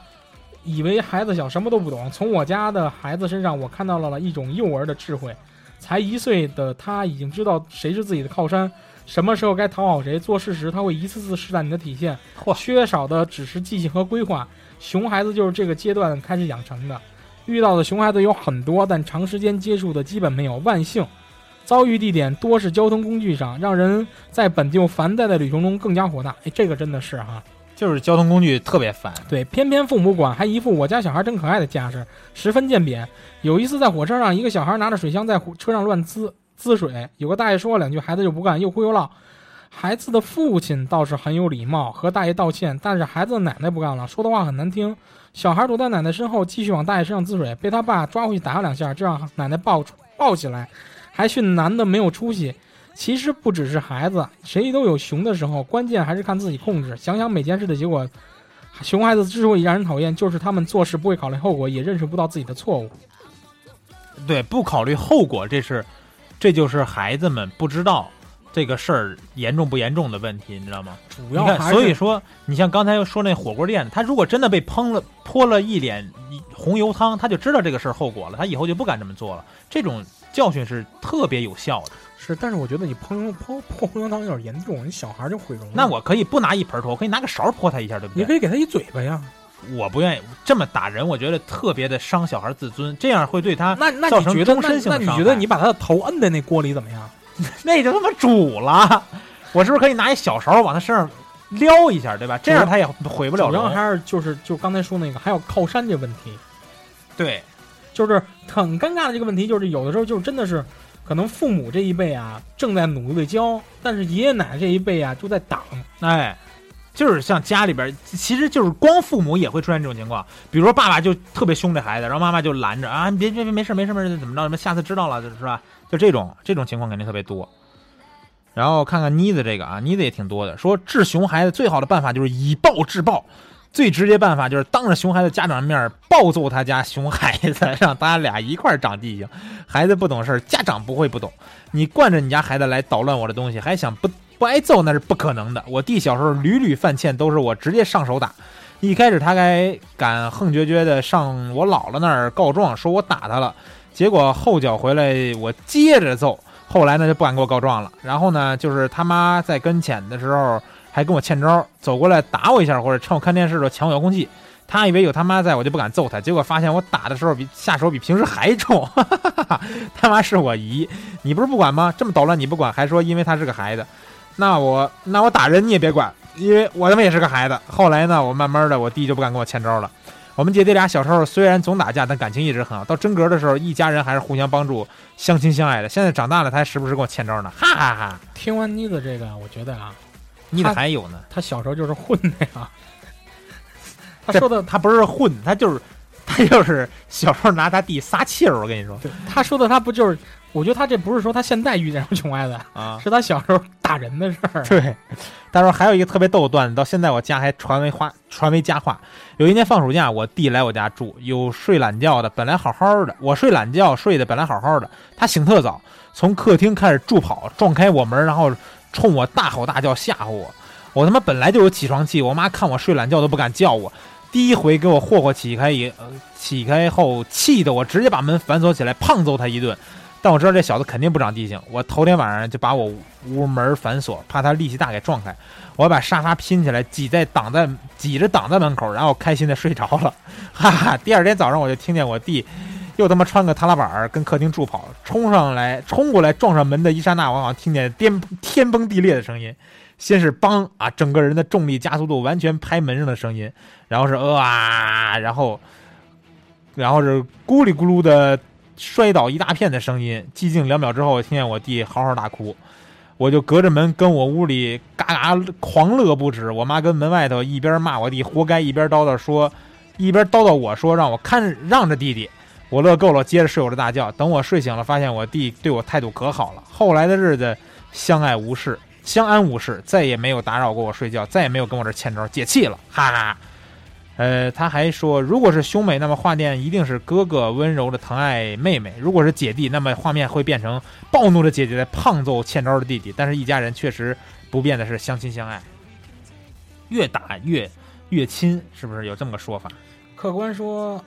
以为孩子小什么都不懂。从我家的孩子身上，我看到了一种幼儿的智慧。才一岁的他已经知道谁是自己的靠山，什么时候该讨好谁。做事时，他会一次次试探你的底线。缺少的只是记性和规划。熊孩子就是这个阶段开始养成的。遇到的熊孩子有很多，但长时间接触的基本没有。万幸，遭遇地点多是交通工具上，让人在本就繁杂的旅程中更加火大。哎，这个真的是哈、就是交通工具特别烦。对，偏偏父母管，还一副我家小孩真可爱的架势，十分鉴别。有一次在火车上，一个小孩拿着水箱在火车上乱滋滋水，有个大爷说了两句，孩子就不干，又哭又闹。孩子的父亲倒是很有礼貌，和大爷道歉，但是孩子的奶奶不干了，说的话很难听。小孩躲在奶奶身后，继续往大爷身上滋水，被他爸抓回去打了两下，这让奶奶抱出抱起来，还训男的没有出息。其实不只是孩子，谁都有熊的时候，关键还是看自己控制。想想每件事的结果，熊孩子之所以让人讨厌，就是他们做事不会考虑后果，也认识不到自己的错误。对，不考虑后果，这是这就是孩子们不知道这个事儿严重不严重的问题，你知道吗？主你要还看，是所以说，你像刚才说那火锅店，他如果真的被烹了泼了一脸红油汤，他就知道这个事儿后果了，他以后就不敢这么做了。这种教训是特别有效的。是，但是我觉得你碰碰碰红汤有点严重，你小孩就毁容。那我可以不拿一盆儿泼，我可以拿个勺儿泼他一下，对不你对？可以给他一嘴巴呀。我不愿意这么打人，我觉得特别的伤小孩自尊，这样会对他那那造你成觉得终那身性那的你伤觉得害你把他的头摁在那锅里怎么样？那就他妈煮了。我是不是可以拿一小勺往他身上撩一下，对吧？这样他也毁不主了要容。还是就是就刚才说那个，还有靠山这问题，对，就是很尴尬的这个问题，就是有的时候就真的是。可能父母这一辈啊正在努力的教，但是爷爷奶奶这一辈啊就在挡，哎，就是像家里边，其实就是光父母也会出现这种情况。比如说爸爸就特别凶这孩子，然后妈妈就拦着啊，你别别别，没事没事没事，怎么着？什么下次知道了，就是吧？就这种这种情况肯定特别多。然后看看妮子这个啊，妮子也挺多的，说治熊孩子最好的办法就是以暴制暴，最直接办法就是当着熊孩子家长面儿暴揍他家熊孩子，让他俩一块儿长记性。孩子不懂事儿，家长不会不懂。你惯着你家孩子来捣乱我的东西，还想不不挨揍那是不可能的。我弟小时候屡屡犯欠，都是我直接上手打。一开始他还敢横决决的上我姥姥那儿告状，说我打他了。结果后脚回来我接着揍，后来呢就不敢给我告状了。然后呢，就是他妈在跟前的时候还跟我欠招，走过来打我一下，或者趁我看电视的时候抢我遥控器。他以为有他妈在我就不敢揍他，结果发现我打的时候比下手比平时还重， 他妈是我姨，你不是不管吗？这么捣乱你不管，还说因为他是个孩子，那我那我打人你也别管，因为我他妈也是个孩子。后来呢，我慢慢的我弟就不敢跟我欠招了。我们姐弟俩小时候虽然总打架，但感情一直很好。到真格的时候，一家人还是互相帮助、相亲相爱的。现在长大了，他还时不时跟我欠招呢， 哈哈哈听完妮子这个，我觉得啊，你咋还有呢？他小时候就是混的呀。他这说的，他不是混，他就是他就是小时候拿他弟撒气儿。我跟你说对他说的，他不就是？我觉得他这不是说他现在遇见什么穷 孩子，啊，是他小时候打人的事儿。对，他说还有一个特别逗的段子，到现在我家还传为话传为佳话。有一年放暑假，我弟来我家住，有睡懒觉的，本来好好的，我睡懒觉睡的本来好好的，他醒特早，从客厅开始助跑，撞开我门，然后冲我大吼大叫吓唬我。我他妈本来就有起床气，我妈看我睡懒觉都不敢叫我。第一回给我霍霍起开也、呃起开后，气得我直接把门反锁起来，胖揍他一顿。但我知道这小子肯定不长记性，我头天晚上就把我屋门反锁，怕他力气大给撞开。我把沙发拼起来，挤在挡在挤着挡在门口，然后开心的睡着了，哈哈。第二天早上我就听见我弟又他妈穿个踏拉板儿跟客厅助跑，冲上来冲过来撞上门的一刹那，我好像听见颠天崩地裂的声音，先是梆啊，整个人的重力加速度完全拍门上的声音，然后是呃啊，然后然后 是咕里咕噜的摔倒一大片的声音。寂静两秒之后，我听见我弟嚎啕大哭，我就隔着门跟我屋里嘎嘎狂乐不止。我妈跟门外头一边骂我弟活该，一边叨叨说，一边叨叨我说让我看让着弟弟。我乐够了，接着睡我的大觉。等我睡醒了，发现我弟对我态度可好了。后来的日子相爱无事，相安无事，再也没有打扰过我睡觉，再也没有跟我这欠招，解气了，哈哈。呃，他还说，如果是兄妹，那么画面一定是哥哥温柔的疼爱妹妹；如果是姐弟，那么画面会变成暴怒的姐姐在胖揍欠招的弟弟。但是，一家人确实不变的是相亲相爱，越打越越亲，是不是有这么个说法？客观说，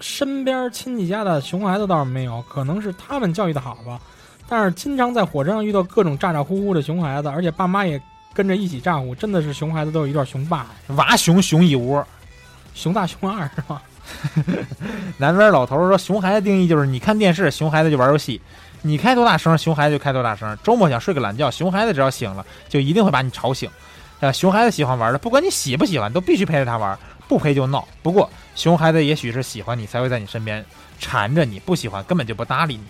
身边亲戚家的熊孩子倒是没有，可能是他们教育的好吧。但是经常在火车上遇到各种咋咋呼呼的熊孩子，而且爸妈也跟着一起咋呼，真的是熊孩子都有一段熊爸，娃熊熊一窝。熊大熊二是吧？南边老头说，熊孩子定义就是你看电视，熊孩子就玩游戏，你开多大声，熊孩子就开多大声。周末想睡个懒觉，熊孩子只要醒了，就一定会把你吵醒。呃，熊孩子喜欢玩的，不管你喜不喜欢，都必须陪着他玩，不陪就闹。不过，熊孩子也许是喜欢你，才会在你身边缠着你；不喜欢，根本就不搭理你。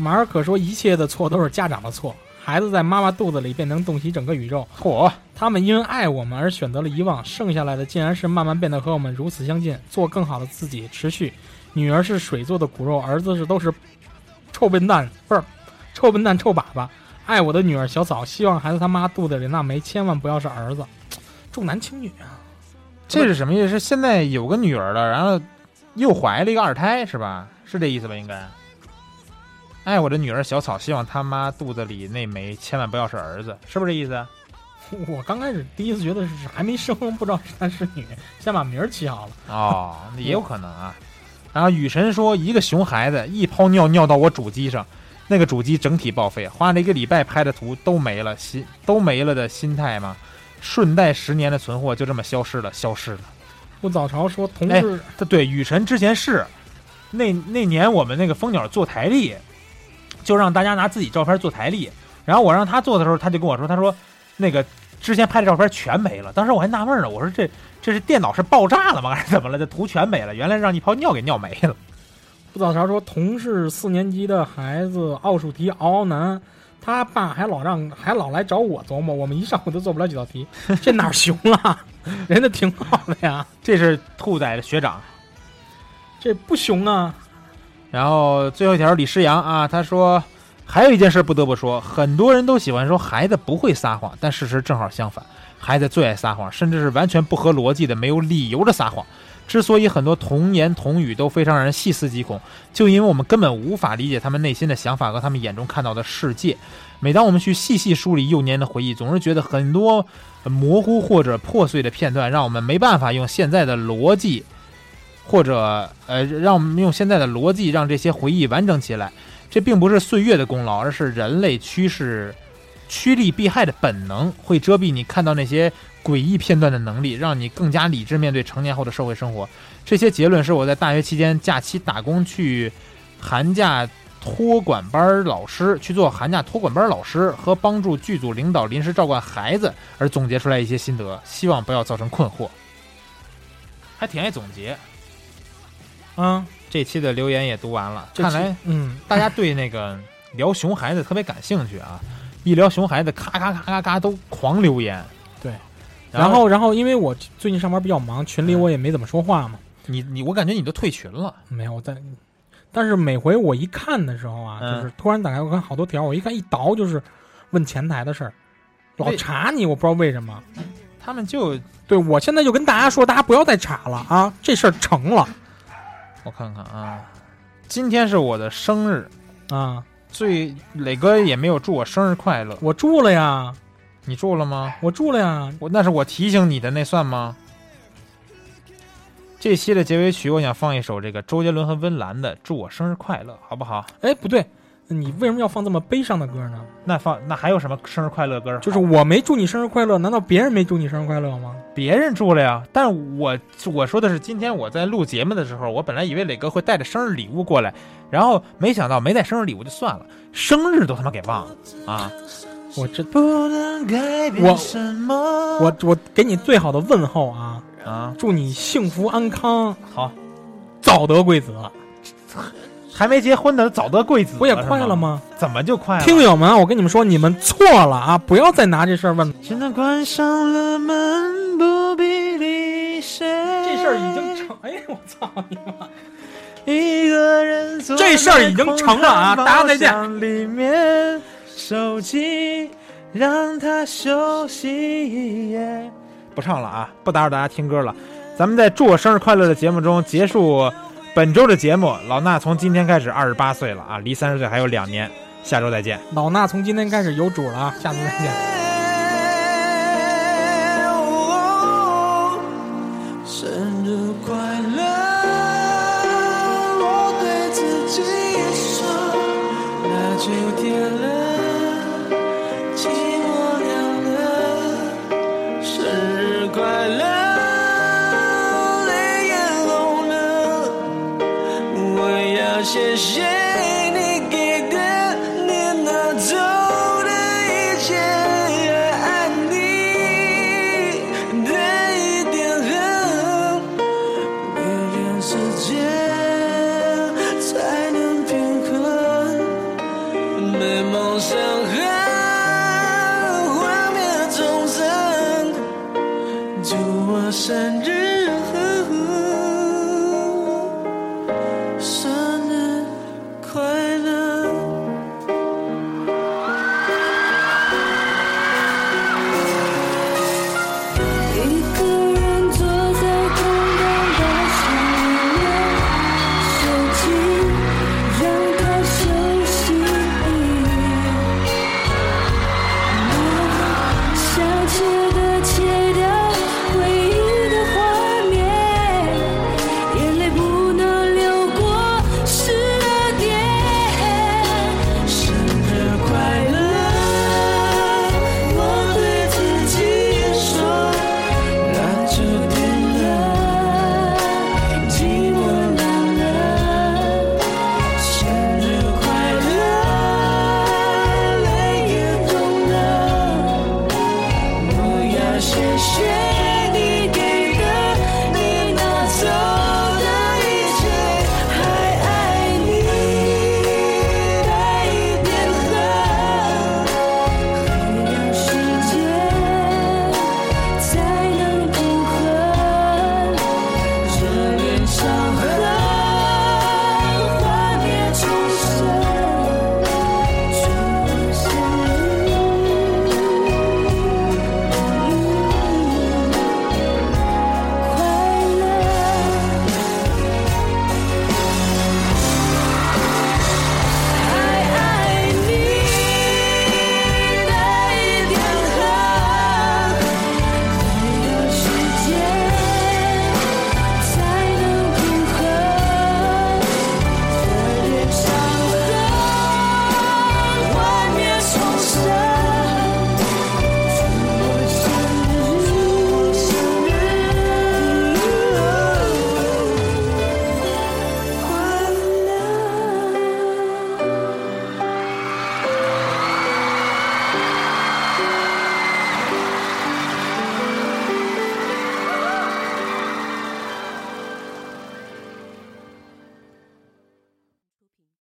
马尔可说，一切的错都是家长的错，孩子在妈妈肚子里便能洞悉整个宇宙。嚯，他们因为爱我们而选择了遗忘，剩下来的竟然是慢慢变得和我们如此相近，做更好的自己，持续。女儿是水做的骨肉，儿子是都是臭笨蛋，不是臭笨蛋臭粑粑。爱我的女儿小嫂，希望孩子他妈肚子里那枚千万不要是儿子，重男轻女啊！这是什么意思？是现在有个女儿了，然后又怀了一个二胎，是吧？是这意思吧？应该。爱我的女儿小草，希望他妈肚子里那枚千万不要是儿子，是不是这意思？啊我刚开始第一次觉得是还没生，不知道是男是女，先把名儿起好了。哦，那也有可能啊。然后雨神说，一个熊孩子一泡尿尿到我主机上，那个主机整体报废，花了一个礼拜拍的图都没了，心都没了的心态嘛，顺带十年的存货就这么消失了，消失了。不早朝说同哎事他对雨神之前是，那那年我们那个蜂鸟做台历，就让大家拿自己照片做台历，然后我让他做的时候，他就跟我说，他说那个之前拍的照片全没了，当时我还纳闷呢，我说这这是电脑是爆炸了吗，还是怎么了？这图全没了，原来让一泡尿给尿没了。不早朝说，同是四年级的孩子，奥数题嗷嗷难，他爸还老让还老来找我琢磨，我们一上午都做不了几道题，这哪儿行啊？ 人家挺好的呀，这是兔仔的学长。这不熊啊！然后最后一条李诗阳啊，他说还有一件事不得不说，很多人都喜欢说孩子不会撒谎，但事实正好相反，孩子最爱撒谎，甚至是完全不合逻辑的、没有理由的撒谎。之所以很多童言童语都非常让人细思极恐，就因为我们根本无法理解他们内心的想法和他们眼中看到的世界。每当我们去细细梳理幼年的回忆，总是觉得很多呃模糊或者破碎的片段，让我们没办法用现在的逻辑或者呃，让我们用现在的逻辑让这些回忆完整起来。这并不是岁月的功劳，而是人类趋势趋利避害的本能，会遮蔽你看到那些诡异片段的能力，让你更加理智面对成年后的社会生活。这些结论是我在大学期间假期打工去寒假托管班儿老师去做寒假托管班儿老师和帮助剧组领导临时照顾孩子而总结出来一些心得，希望不要造成困惑。还挺爱总结。啊，这期的留言也读完了，这看期来嗯，大家对 那个聊熊孩子特别感兴趣啊！一聊熊孩子，咔咔咔咔咔都狂留言。对，然然后然后因为我最近上班比较忙，群里我也没怎么说话嘛，你你我感觉你都退群了，没有在。但是每回我一看的时候啊，嗯就是突然打开我看好多条，我一看一倒就是问前台的事儿，老为查你，我不知道为什么。他们就对我现在就跟大家说，大家不要再查了啊，这事儿成了我看看啊，今天是我的生日，啊，最磊哥也没有祝我生日快乐，我住了呀，你祝了吗？我住了呀，我那是我提醒你的，那算吗？这期的结尾曲，我想放一首这个周杰伦和温岚的《祝我生日快乐》，好不好？哎，不对，你为什么要放这么悲伤的歌呢？那放那还有什么生日快乐歌好？就是我没祝你生日快乐，难道别人没祝你生日快乐吗？别人住了呀，但我我说的是，今天我在录节目的时候，我本来以为磊哥会带着生日礼物过来，然后没想到没带生日礼物就算了，生日都他妈给忘了啊！我这不能改我什么我我给你最好的问候啊，啊，祝你幸福安康，好，早得贵子。还没结婚的早得贵子，不也快了？吗？怎么就快了？听友们，我跟你们说，你们错了啊！不要再拿这事儿问。现在关上了门，不必理谁。这事儿已经成，哎，我操你妈！一个人坐这事儿已经成了啊在空大家再见包厢里面手机让它休息一夜。不唱了啊，不打扰大家听歌了。咱们在祝我生日快乐的节目中结束本周的节目。老衲从今天开始二十八岁了啊，离三十岁还有两年。下周再见。老衲从今天开始有主了啊，下次再见。哦生日快乐！我对自己说，那就点了，寂寞凉了。生日快乐，泪也红了。我要谢谢